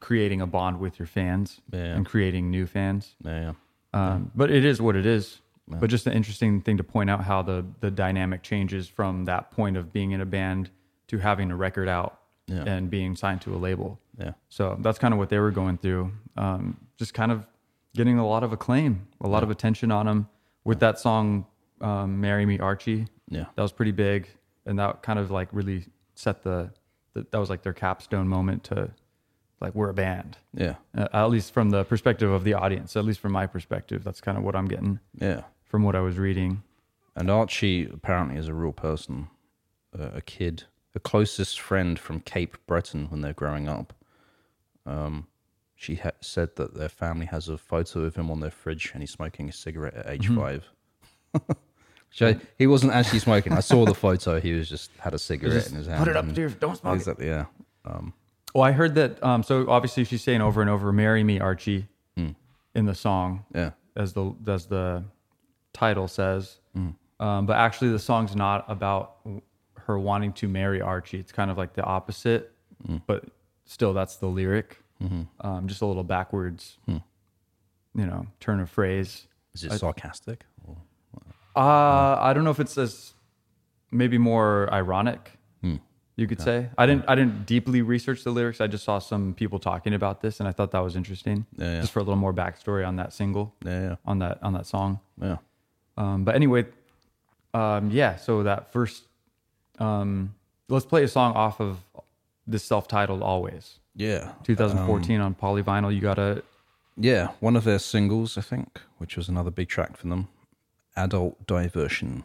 [SPEAKER 1] creating a bond with your fans
[SPEAKER 2] Yeah.
[SPEAKER 1] and creating new fans.
[SPEAKER 2] yeah
[SPEAKER 1] Um, but it is what it is. But just an interesting thing to point out how the the dynamic changes from that point of being in a band to having a record out
[SPEAKER 2] Yeah.
[SPEAKER 1] and being signed to a label.
[SPEAKER 2] yeah
[SPEAKER 1] So that's kind of what they were going through. Um, just kind of getting a lot of acclaim, a lot of attention on them with that song um, "Marry Me, Archie."
[SPEAKER 2] yeah
[SPEAKER 1] That was pretty big, and that kind of like really set the, the that was like their capstone moment to like we're a band
[SPEAKER 2] yeah
[SPEAKER 1] uh, at least from the perspective of the audience at least from my perspective that's kind of what i'm getting
[SPEAKER 2] yeah
[SPEAKER 1] from what i was reading
[SPEAKER 2] and archie apparently is a real person uh, a kid a closest friend from cape breton when they're growing up um she ha- said that their family has a photo of him on their fridge and he's smoking a cigarette at age five Which I- he wasn't actually smoking. I saw the photo. He was just had a cigarette in his hand. and-
[SPEAKER 1] don't
[SPEAKER 2] Exactly. Yeah.
[SPEAKER 1] well i heard that um, so obviously she's saying over and over marry me archie in the song
[SPEAKER 2] Yeah.
[SPEAKER 1] as the as the title says um, but actually the song's not about her wanting to marry archie it's kind of like the opposite but still that's the lyric um, just a little backwards you know turn of phrase
[SPEAKER 2] Is it sarcastic? Or?
[SPEAKER 1] Uh, I don't know if it's as maybe more ironic.
[SPEAKER 2] Hmm.
[SPEAKER 1] You could say I didn't. I didn't deeply research the lyrics. I just saw some people talking about this, and I thought that was interesting.
[SPEAKER 2] Yeah, yeah.
[SPEAKER 1] Just for a little more backstory on that single,
[SPEAKER 2] Yeah.
[SPEAKER 1] on that on that song.
[SPEAKER 2] Yeah.
[SPEAKER 1] Um, but anyway, um, yeah. So that first, um, let's play a song off of this self-titled "Always"
[SPEAKER 2] Yeah. Um.
[SPEAKER 1] 2014 on Polyvinyl. You gotta
[SPEAKER 2] Yeah. One of their singles, I think, which was another big track for them. Adult Diversion.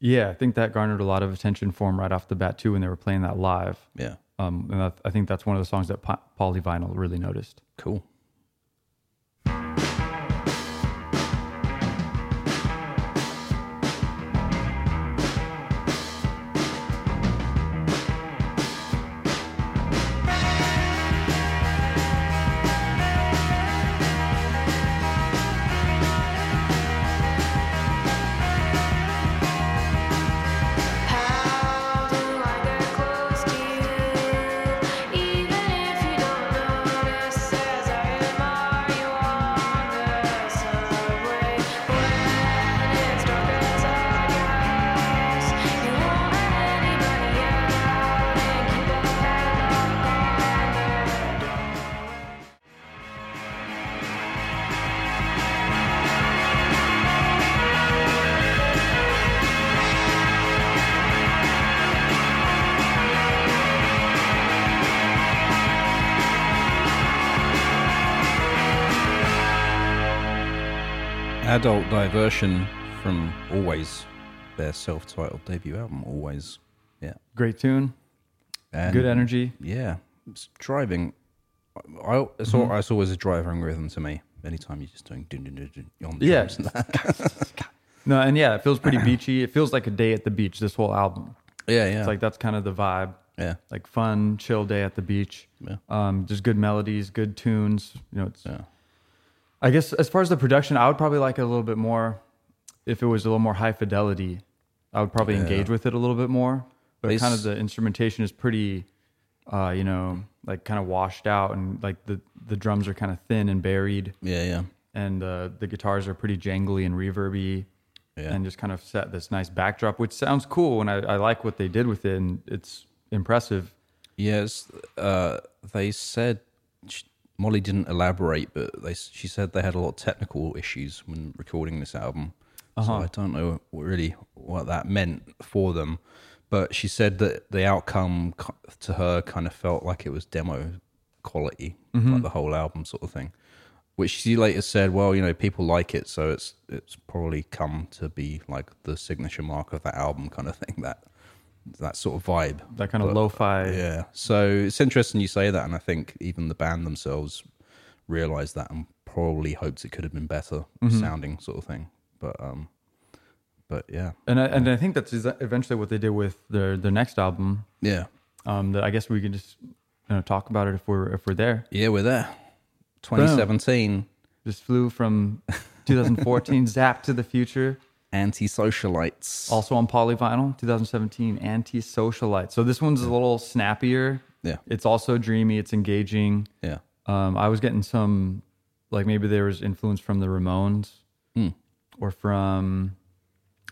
[SPEAKER 1] yeah. I think that garnered a lot of attention for them right off the bat too when they were playing that live.
[SPEAKER 2] Yeah.
[SPEAKER 1] Um, and I, I think that's one of the songs that po- Polyvinyl really noticed.
[SPEAKER 2] Cool.
[SPEAKER 3] How do I get close to you, even if you don't notice as I
[SPEAKER 2] adult diversion from Always, their self-titled debut album. Always, yeah,
[SPEAKER 1] Great tune,
[SPEAKER 2] and
[SPEAKER 1] good energy.
[SPEAKER 2] Yeah, it's driving. I it's, al it's always a driving rhythm to me. Anytime you're just doing dun dun dun dun on the
[SPEAKER 1] Yeah.
[SPEAKER 2] drums and that.
[SPEAKER 1] No, and yeah, it feels pretty beachy. It feels like a day at the beach. This whole album,
[SPEAKER 2] yeah, yeah,
[SPEAKER 1] it's like that's kind of the vibe.
[SPEAKER 2] yeah,
[SPEAKER 1] Like fun, chill day at the beach.
[SPEAKER 2] Yeah.
[SPEAKER 1] Um, just good melodies, good tunes. You know, it's
[SPEAKER 2] yeah.
[SPEAKER 1] I guess as far as the production, I would probably like it a little bit more if it was a little more high fidelity. I would probably engage with it a little bit more. But
[SPEAKER 2] They
[SPEAKER 1] kind
[SPEAKER 2] s-
[SPEAKER 1] of the instrumentation is pretty, uh, you know, like kind of washed out, and like the the drums are kind of thin and buried,
[SPEAKER 2] yeah, yeah.
[SPEAKER 1] and uh, the guitars are pretty jangly and reverby,
[SPEAKER 2] Yeah.
[SPEAKER 1] and just kind of set this nice backdrop, which sounds cool, and I, I like what they did with it, and it's impressive.
[SPEAKER 2] Yes, uh, they said sh Molly didn't elaborate, but they s- she said they had a lot of technical issues when recording this album. So I don't know what- really what that meant for them, but she said that the outcome co- to her kind of felt like it was demo quality, like the whole album sort of thing. Which she later said, "Well, you know, people like it, so it's it's probably come to be like the signature mark of that album, kind of thing. That that sort of vibe,
[SPEAKER 1] That kind of
[SPEAKER 2] But-
[SPEAKER 1] lo-fi,
[SPEAKER 2] yeah. So it's interesting you say that, and I think even the band themselves realized that and probably hoped it could have been better sounding, sort of thing. But um, but yeah,
[SPEAKER 1] and I, and I think that's exa- eventually what they did with their their next album,
[SPEAKER 2] yeah,
[SPEAKER 1] um, that I guess we can just you know, talk about it if we're if we're there.
[SPEAKER 2] yeah. We're there. 2017
[SPEAKER 1] Just flew from 2014 Zap to the Future,
[SPEAKER 2] anti-socialites.
[SPEAKER 1] also on Polyvinyl. 2017 Anti Socialite. So this one's a little snappier.
[SPEAKER 2] Yeah.
[SPEAKER 1] it's also dreamy. It's engaging.
[SPEAKER 2] Yeah,
[SPEAKER 1] Um, I was getting some, like maybe there was influence from the Ramones
[SPEAKER 2] Hmm.
[SPEAKER 1] or from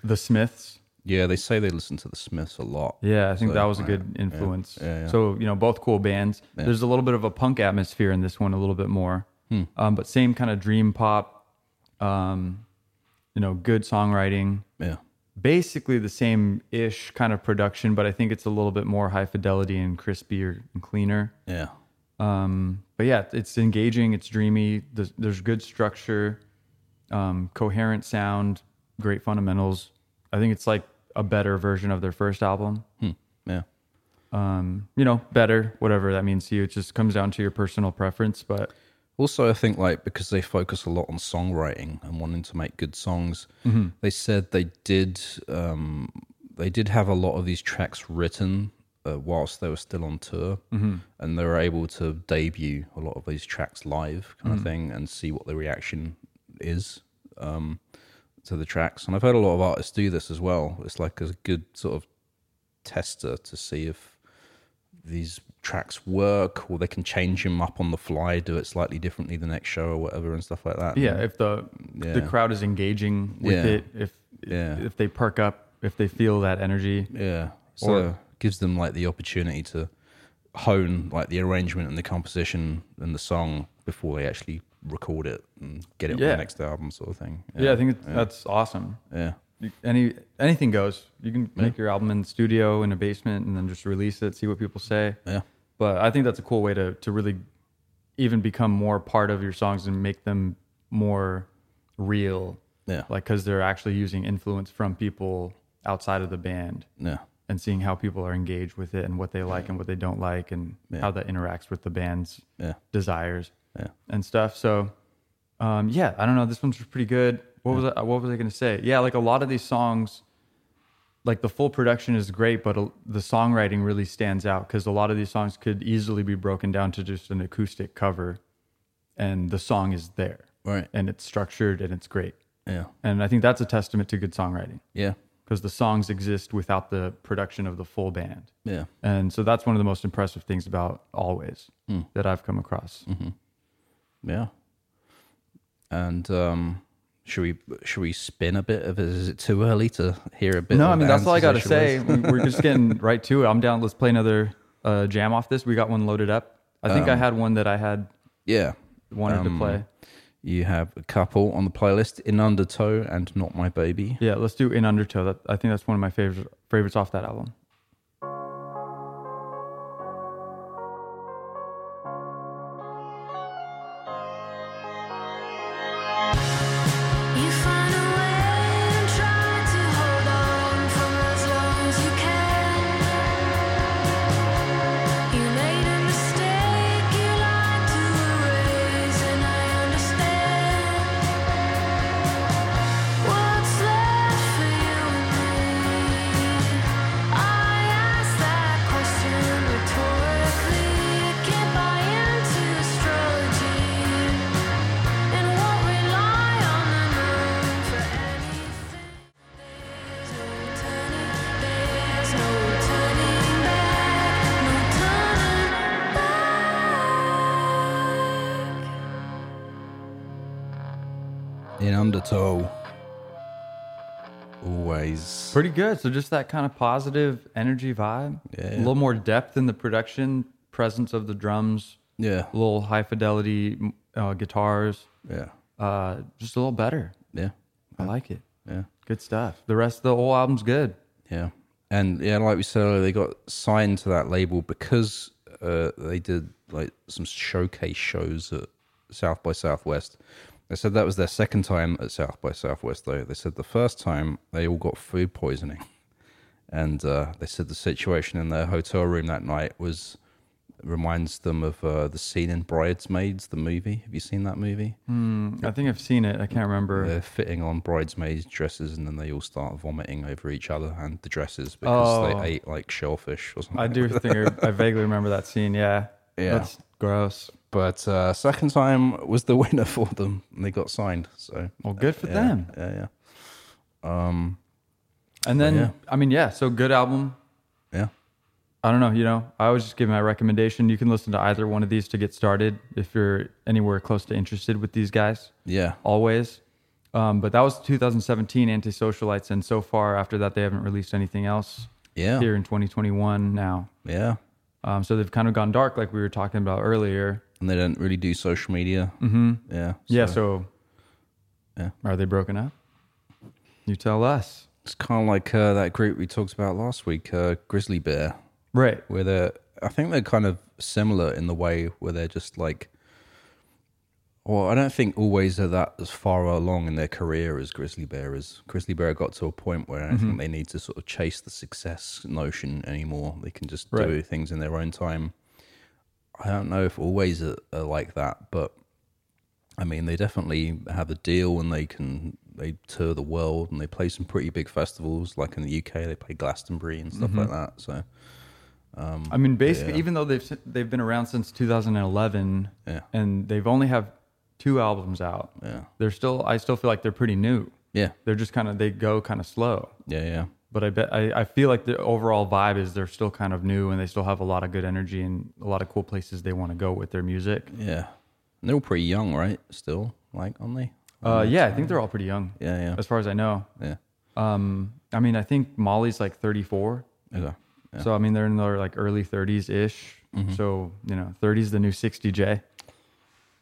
[SPEAKER 1] the Smiths.
[SPEAKER 2] yeah. They say they listen to the Smiths a lot.
[SPEAKER 1] Yeah, I think
[SPEAKER 2] So,
[SPEAKER 1] that was a
[SPEAKER 2] yeah,
[SPEAKER 1] good influence.
[SPEAKER 2] yeah, yeah.
[SPEAKER 1] So you know, both cool bands. There's a little bit of a punk atmosphere in this one, a little bit more,
[SPEAKER 2] Hmm.
[SPEAKER 1] um, but same kind of dream pop. Um, you know, good songwriting.
[SPEAKER 2] Yeah,
[SPEAKER 1] Basically the same ish kind of production, but I think it's a little bit more high fidelity and crispier and cleaner.
[SPEAKER 2] yeah,
[SPEAKER 1] Um, but yeah, it's engaging. It's dreamy. There's, there's good structure, um, coherent sound, great fundamentals. I think it's like a better version of their first album
[SPEAKER 2] Hmm. yeah.
[SPEAKER 1] um, you know, better, whatever that means to you. It just comes down to your personal preference. But
[SPEAKER 2] Also, I think like because they focus a lot on songwriting and wanting to make good songs, they said they did um, they did have a lot of these tracks written uh, whilst they were still on tour, and they were able to debut a lot of these tracks live, kind of thing, and see what the reaction is um, to the tracks. And I've heard a lot of artists do this as well. It's like a good sort of tester to see if these tracks work or they can change them up on the fly do it slightly differently the next show or whatever and stuff like that
[SPEAKER 1] yeah, if the the
[SPEAKER 2] Yeah.
[SPEAKER 1] crowd is engaging with
[SPEAKER 2] Yeah.
[SPEAKER 1] it, if
[SPEAKER 2] Yeah.
[SPEAKER 1] if they perk up, if they feel that energy,
[SPEAKER 2] yeah so gives them like the opportunity to hone like the arrangement and the composition and the song before they actually record it and get it on
[SPEAKER 1] Yeah.
[SPEAKER 2] the next album sort of thing
[SPEAKER 1] yeah, I think it's, that's awesome.
[SPEAKER 2] yeah
[SPEAKER 1] You- Any anything goes. You can make your album in the studio in a basement and then just release it, see what people say.
[SPEAKER 2] yeah
[SPEAKER 1] But I think that's a cool way to to really even become more part of your songs and make them more real.
[SPEAKER 2] Yeah.
[SPEAKER 1] Like cuz they're actually using influence from people outside of the band
[SPEAKER 2] yeah
[SPEAKER 1] and seeing how people are engaged with it and what they like and what they don't like and how that interacts with the band's
[SPEAKER 2] yeah
[SPEAKER 1] desires
[SPEAKER 2] Yeah.
[SPEAKER 1] and stuff. So um, yeah, I don't know. This one's pretty good. What was I, what was I going to say? Yeah, like a lot of these songs, like the full production is great, but a, the songwriting really stands out because a lot of these songs could easily be broken down to just an acoustic cover, and the song is there
[SPEAKER 2] right
[SPEAKER 1] and it's structured and it's great.
[SPEAKER 2] yeah
[SPEAKER 1] And I think that's a testament to good songwriting
[SPEAKER 2] yeah
[SPEAKER 1] because the songs exist without the production of the full band.
[SPEAKER 2] yeah
[SPEAKER 1] And so that's one of the most impressive things about Always
[SPEAKER 2] Hmm.
[SPEAKER 1] that I've come across.
[SPEAKER 2] Mm-hmm. Yeah. And um should we should we spin a bit of it? Is it too early to hear a bit?
[SPEAKER 1] No,
[SPEAKER 2] of
[SPEAKER 1] I mean, that's all I got to say.
[SPEAKER 2] antisocialist?
[SPEAKER 1] We- We're just getting right to it. I'm down. Let's play another uh, jam off this. We got one loaded up. I think I had one that I had
[SPEAKER 2] Yeah.
[SPEAKER 1] wanted to
[SPEAKER 2] Um,
[SPEAKER 1] play.
[SPEAKER 2] You have a couple on the playlist: "In Undertow" and "Not My Baby."
[SPEAKER 1] Yeah, let's do In Undertow. That, I think that's one of my favorite, favorites off that album.
[SPEAKER 3] You find
[SPEAKER 2] in undertow. Always.
[SPEAKER 1] Pretty good. So just that kind of positive energy vibe.
[SPEAKER 2] Yeah.
[SPEAKER 1] A little more depth in the production, presence of the drums,
[SPEAKER 2] Yeah.
[SPEAKER 1] a little high fidelity uh, guitars,
[SPEAKER 2] Yeah.
[SPEAKER 1] uh, just a little better.
[SPEAKER 2] Yeah.
[SPEAKER 1] I like it.
[SPEAKER 2] Yeah.
[SPEAKER 1] Good stuff. The rest of the whole album's good.
[SPEAKER 2] Yeah. And yeah, like we said earlier, they got signed to that label because uh, they did like some showcase shows at South by Southwest. They said that was their second time at South by Southwest, though. They said the first time they all got food poisoning. And uh, they said the situation in their hotel room that night was reminds them of uh, the scene in Bridesmaids, the movie. Have you seen that movie?
[SPEAKER 1] I think I've seen it. I can't remember.
[SPEAKER 2] They're fitting on bridesmaids' dresses, and then they all start vomiting over each other and the dresses because
[SPEAKER 1] Oh.
[SPEAKER 2] they ate like shellfish or something.
[SPEAKER 1] I do think I, I vaguely remember that scene. Yeah.
[SPEAKER 2] Yeah.
[SPEAKER 1] That's gross.
[SPEAKER 2] But uh, second time was the winner for them, and they got signed. So
[SPEAKER 1] Well, good for
[SPEAKER 2] yeah,
[SPEAKER 1] them.
[SPEAKER 2] Yeah, yeah,
[SPEAKER 1] And then,
[SPEAKER 2] yeah.
[SPEAKER 1] I mean, yeah. So good album.
[SPEAKER 2] yeah.
[SPEAKER 1] I don't know. You know, I always just give my recommendation. You can listen to either one of these to get started if you're anywhere close to interested with these guys.
[SPEAKER 2] Yeah.
[SPEAKER 1] Always. Um, but that was 2017 Anti Socialites. And so far after that, they haven't released anything else
[SPEAKER 2] Yeah.
[SPEAKER 1] here in 2021 now.
[SPEAKER 2] Yeah.
[SPEAKER 1] Um, so they've kind of gone dark, like we were talking about earlier.
[SPEAKER 2] And they didn't really do social media. Mm-hmm. Yeah.
[SPEAKER 1] yeah. So,
[SPEAKER 2] Yeah.
[SPEAKER 1] are they broken up? You tell us.
[SPEAKER 2] It's kind of like uh, that group we talked about last week, uh, Grizzly Bear.
[SPEAKER 1] Right.
[SPEAKER 2] where they're I think they're kind of similar in the way where they're just like well, I don't think always are that as far along in their career as Grizzly Bear is. Grizzly Bear got to a point where I don't think they need to sort of chase the success notion anymore. They can just do
[SPEAKER 1] Right.
[SPEAKER 2] things in their own time. I don't know if always are, are like that, but I mean, they definitely have a deal and they can they tour the world and they play some pretty big festivals. Like in the UK, they play Glastonbury and stuff like that. So
[SPEAKER 1] I mean, basically, even though they've they've been around since 2011,
[SPEAKER 2] Yeah.
[SPEAKER 1] and they've only have two albums out.
[SPEAKER 2] Yeah.
[SPEAKER 1] They're still. I still feel like they're pretty new.
[SPEAKER 2] yeah,
[SPEAKER 1] They're just kind of they go kind of slow.
[SPEAKER 2] yeah, yeah.
[SPEAKER 1] But I bet I, I feel like the overall vibe is they're still kind of new and they still have a lot of good energy and a lot of cool places they want to go with their music.
[SPEAKER 2] Yeah. And they're all pretty young, right? Still, like, aren't they?
[SPEAKER 1] Uh, yeah, I think they're all pretty young,
[SPEAKER 2] Yeah, yeah.
[SPEAKER 1] as far as I know.
[SPEAKER 2] yeah.
[SPEAKER 1] Um, I mean, I think Molly's like 34.
[SPEAKER 2] Okay. Yeah. Mm-hmm.
[SPEAKER 1] So I mean, they're in their like early 30s ish. So you know, 30s the new 60, J.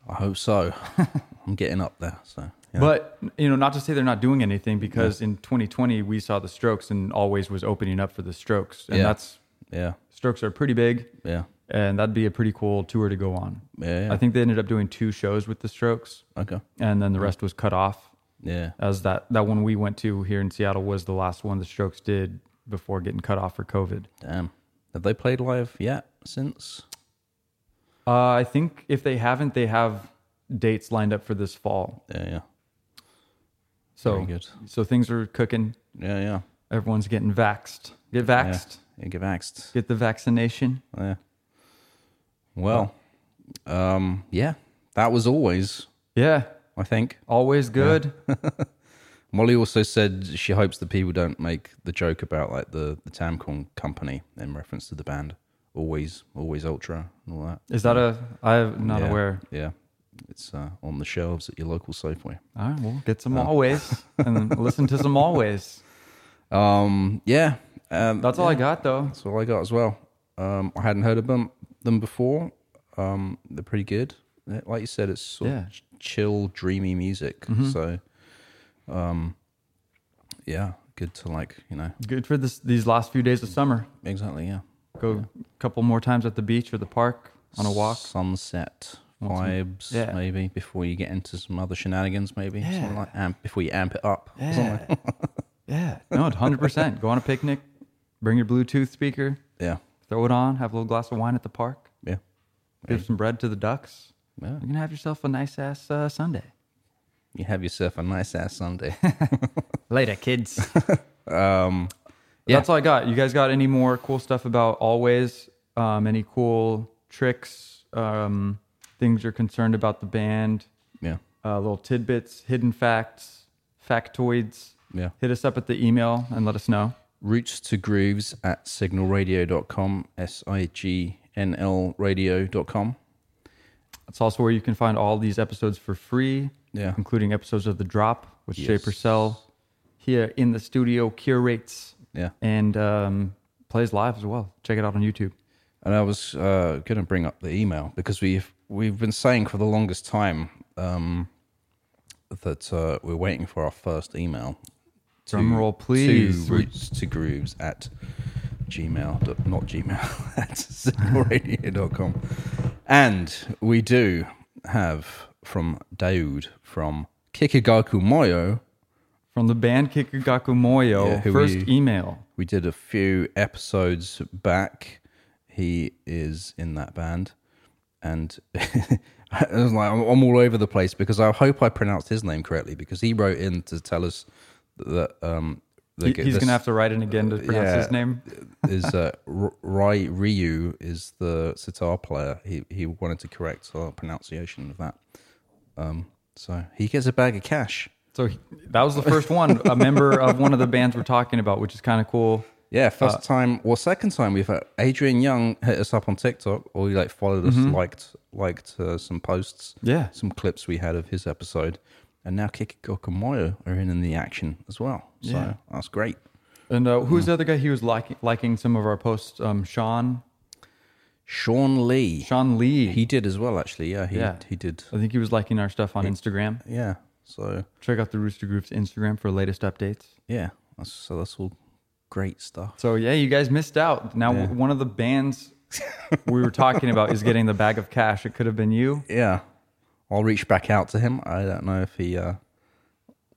[SPEAKER 2] I hope so. I'm getting up there. So, yeah.
[SPEAKER 1] But you know, not to say they're not doing anything because in 2020 we saw the Strokes and Always was opening up for the Strokes, and
[SPEAKER 2] Yeah.
[SPEAKER 1] that's
[SPEAKER 2] yeah,
[SPEAKER 1] Strokes are pretty big,
[SPEAKER 2] yeah,
[SPEAKER 1] and that'd be a pretty cool tour to go on.
[SPEAKER 2] yeah, yeah.
[SPEAKER 1] I think they ended up doing two shows with the Strokes,
[SPEAKER 2] okay.
[SPEAKER 1] and then the rest was cut off.
[SPEAKER 2] Yeah,
[SPEAKER 1] As that that one we went to here in Seattle was the last one the Strokes did before getting cut off for COVID.
[SPEAKER 2] damn. Have they played live yet since?
[SPEAKER 1] Uh, I think if they haven't, they have dates lined up for this fall.
[SPEAKER 2] Yeah, yeah,
[SPEAKER 1] So
[SPEAKER 2] Very good.
[SPEAKER 1] So things are cooking.
[SPEAKER 2] yeah, yeah.
[SPEAKER 1] Everyone's getting vaxxed. Get
[SPEAKER 2] Yeah,
[SPEAKER 1] vaxxed.
[SPEAKER 2] yeah get axed.
[SPEAKER 1] Get the vaccination.
[SPEAKER 2] Yeah. Well, um, yeah, that was always,
[SPEAKER 1] Yeah.
[SPEAKER 2] I think.
[SPEAKER 1] Always good.
[SPEAKER 2] Molly also said she hopes that people don't make the joke about like the the Tamcorn company in reference to the band. Always, always ultra and all that.
[SPEAKER 1] Is that a? I'm not
[SPEAKER 2] Yeah,
[SPEAKER 1] aware.
[SPEAKER 2] Yeah, it's uh, on the shelves at your local Safeway.
[SPEAKER 1] All right. Well, get
[SPEAKER 2] Oh.
[SPEAKER 1] some always and listen to some always.
[SPEAKER 2] Um, yeah, um,
[SPEAKER 1] That's all I got though.
[SPEAKER 2] that's all I got as well. Um, I hadn't heard of them them before. Um, they're pretty good. They're- Like you said, it's sort
[SPEAKER 1] Yeah.
[SPEAKER 2] of ch- chill, dreamy music. So, um, yeah, good to like you know
[SPEAKER 1] Good for this these last few days of summer.
[SPEAKER 2] exactly yeah.
[SPEAKER 1] Go a couple more times at the beach or the park on a walk.
[SPEAKER 2] sunset vibes,
[SPEAKER 1] yeah.
[SPEAKER 2] maybe before you get into some other shenanigans, maybe something like amp, before you amp it up. or something like-
[SPEAKER 1] Yeah. yeah. No, hundred percent. Go on a picnic. Bring your Bluetooth speaker.
[SPEAKER 2] yeah,
[SPEAKER 1] Throw it on. Have a little glass of wine at the park.
[SPEAKER 2] yeah,
[SPEAKER 1] Give some bread to the ducks.
[SPEAKER 2] yeah.
[SPEAKER 1] You can have yourself a nice ass uh, Sunday.
[SPEAKER 2] You have yourself a nice ass Sunday.
[SPEAKER 1] Later, kids. um, That's all I got. You guys got any more cool stuff about always? Um, any cool tricks, um, things you're concerned about the band,
[SPEAKER 2] yeah,
[SPEAKER 1] uh, little tidbits, hidden facts, factoids?
[SPEAKER 2] yeah.
[SPEAKER 1] Hit us up at the email and let us know.
[SPEAKER 2] Roots to grooves at signalradio.com, S I G N L radio.com.
[SPEAKER 1] That's also where you can find all these episodes for free.
[SPEAKER 2] Yeah.
[SPEAKER 1] including episodes of The Drop with Jay
[SPEAKER 2] Yes.
[SPEAKER 1] Purcell. Here in the studio, curates
[SPEAKER 2] Yeah.
[SPEAKER 1] and um, plays live as well. Check it out on YouTube.
[SPEAKER 2] And I was uh, going to bring up the email because we've we've been saying for the longest time um, that uh, we're waiting for our first email. To,
[SPEAKER 1] Drum roll, please.
[SPEAKER 2] To roots to grooves at gmail, dot- not gmail, at signalradio.com. And we do have from Daoud from Kikagaku Moyo.
[SPEAKER 1] From the band Kikugaku Moyo,
[SPEAKER 2] Yeah, who
[SPEAKER 1] first
[SPEAKER 2] we-
[SPEAKER 1] email.
[SPEAKER 2] We did a few episodes back. He is in that band. And I was like, I'm, I'm all over the place because I hope I pronounced his name correctly because he wrote in to tell us that um, the,
[SPEAKER 1] He- he's going to have to write in again to pronounce
[SPEAKER 2] Uh, yeah.
[SPEAKER 1] his name.
[SPEAKER 2] is uh, R- Rai Ryu is the sitar player. He he wanted to correct our pronunciation of that. Um, so he gets a bag of cash.
[SPEAKER 1] So he- that was the first one, a member of one of the bands we're talking about, which is kind of cool.
[SPEAKER 2] Yeah,
[SPEAKER 1] Uh,
[SPEAKER 2] first time or second time we've had Adrian Young hit us up on TikTok, or he like followed us, liked liked uh, some posts,
[SPEAKER 1] Mm-hmm. Yeah.
[SPEAKER 2] some clips we had of his episode, and now Kikikokomoyo are in in the action as well. So
[SPEAKER 1] Yeah.
[SPEAKER 2] that's great.
[SPEAKER 1] And uh, who's
[SPEAKER 2] Mm.
[SPEAKER 1] the other guy? He was liking liking some of our posts. Um, Sean
[SPEAKER 2] Sean Lee,
[SPEAKER 1] Sean Lee.
[SPEAKER 2] he did as well actually. Yeah, he
[SPEAKER 1] Yeah.
[SPEAKER 2] he did.
[SPEAKER 1] I think he was liking our stuff on Instagram.
[SPEAKER 2] Yeah, so
[SPEAKER 1] Check out the Rooster Groove's Instagram for latest updates.
[SPEAKER 2] yeah, that's, so that's all great stuff.
[SPEAKER 1] So yeah, you guys missed out. Now
[SPEAKER 2] Yeah.
[SPEAKER 1] one of the bands we were talking about is getting the bag of cash. It could have been you.
[SPEAKER 2] Yeah, I'll reach back out to him. I don't know if he uh,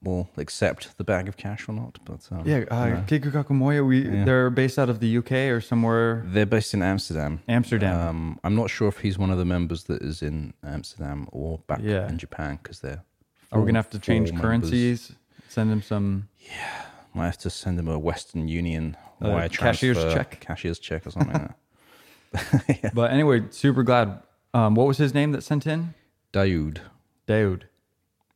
[SPEAKER 2] will accept the bag of cash or not, but um,
[SPEAKER 1] Yeah, uh, Kikukakumoya. We they're based out of the UK or somewhere
[SPEAKER 2] They're based in Amsterdam.
[SPEAKER 1] Amsterdam.
[SPEAKER 2] Um, I'm not sure if he's one of the members that is in Amsterdam or back
[SPEAKER 1] Yeah.
[SPEAKER 2] in Japan because they're.
[SPEAKER 1] Are we
[SPEAKER 2] full-
[SPEAKER 1] gonna have to
[SPEAKER 2] full
[SPEAKER 1] change
[SPEAKER 2] members.
[SPEAKER 1] currencies? Send him some.
[SPEAKER 2] Might have to send him a Western Union
[SPEAKER 1] Uh,
[SPEAKER 2] wire
[SPEAKER 1] cashier's
[SPEAKER 2] transfer-
[SPEAKER 1] check.
[SPEAKER 2] cashier's check or something. like that.
[SPEAKER 1] But anyway, super glad. Um, what was his name that sent in?
[SPEAKER 2] Daoud.
[SPEAKER 1] Daoud.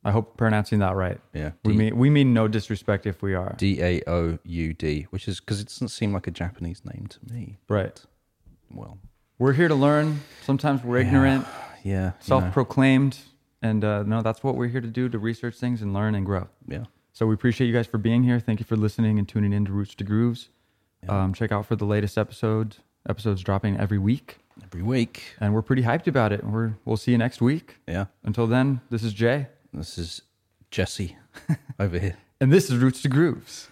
[SPEAKER 1] I hope pronouncing that right.
[SPEAKER 2] Yeah.
[SPEAKER 1] We mean we mean no disrespect if we are.
[SPEAKER 2] D A O U D, which is because it doesn't seem like a Japanese name to me.
[SPEAKER 1] right.
[SPEAKER 2] Well,
[SPEAKER 1] We're here to learn. Sometimes we're ignorant,
[SPEAKER 2] yeah. you know,
[SPEAKER 1] self-proclaimed, and uh, no, that's what we're here to do—to research things and learn and grow.
[SPEAKER 2] yeah.
[SPEAKER 1] So we appreciate you guys for being here. Thank you for listening and tuning in to Roots to Grooves. Um, check out for the latest episodes. Episodes dropping every week,
[SPEAKER 2] Every week.
[SPEAKER 1] and we're pretty hyped about it. We're, we'll see you next week.
[SPEAKER 2] Yeah.
[SPEAKER 1] Until then, this is Jay,
[SPEAKER 2] This is Jesse over here.
[SPEAKER 1] and this is Roots to Grooves.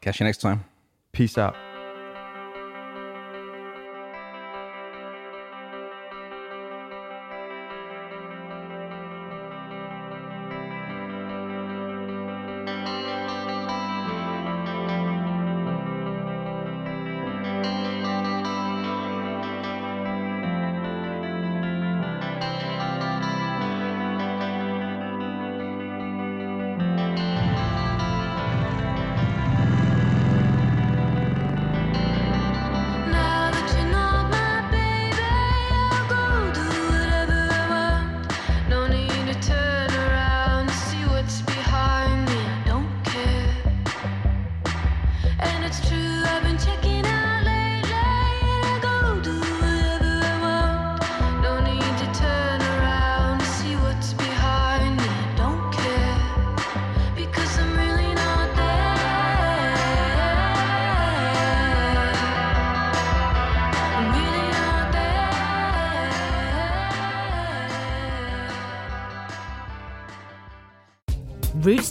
[SPEAKER 2] Catch you next time.
[SPEAKER 1] Peace out.
[SPEAKER 3] Now that you're not my baby, I'll go do whatever I want. No need to turn around to see what's behind me. I don't care. And it's true, I've been checking out lately. I go do whatever I want. No need to turn around to see what's behind me. I don't care. Because I'm really not there. I'm really not there.
[SPEAKER 4] Roots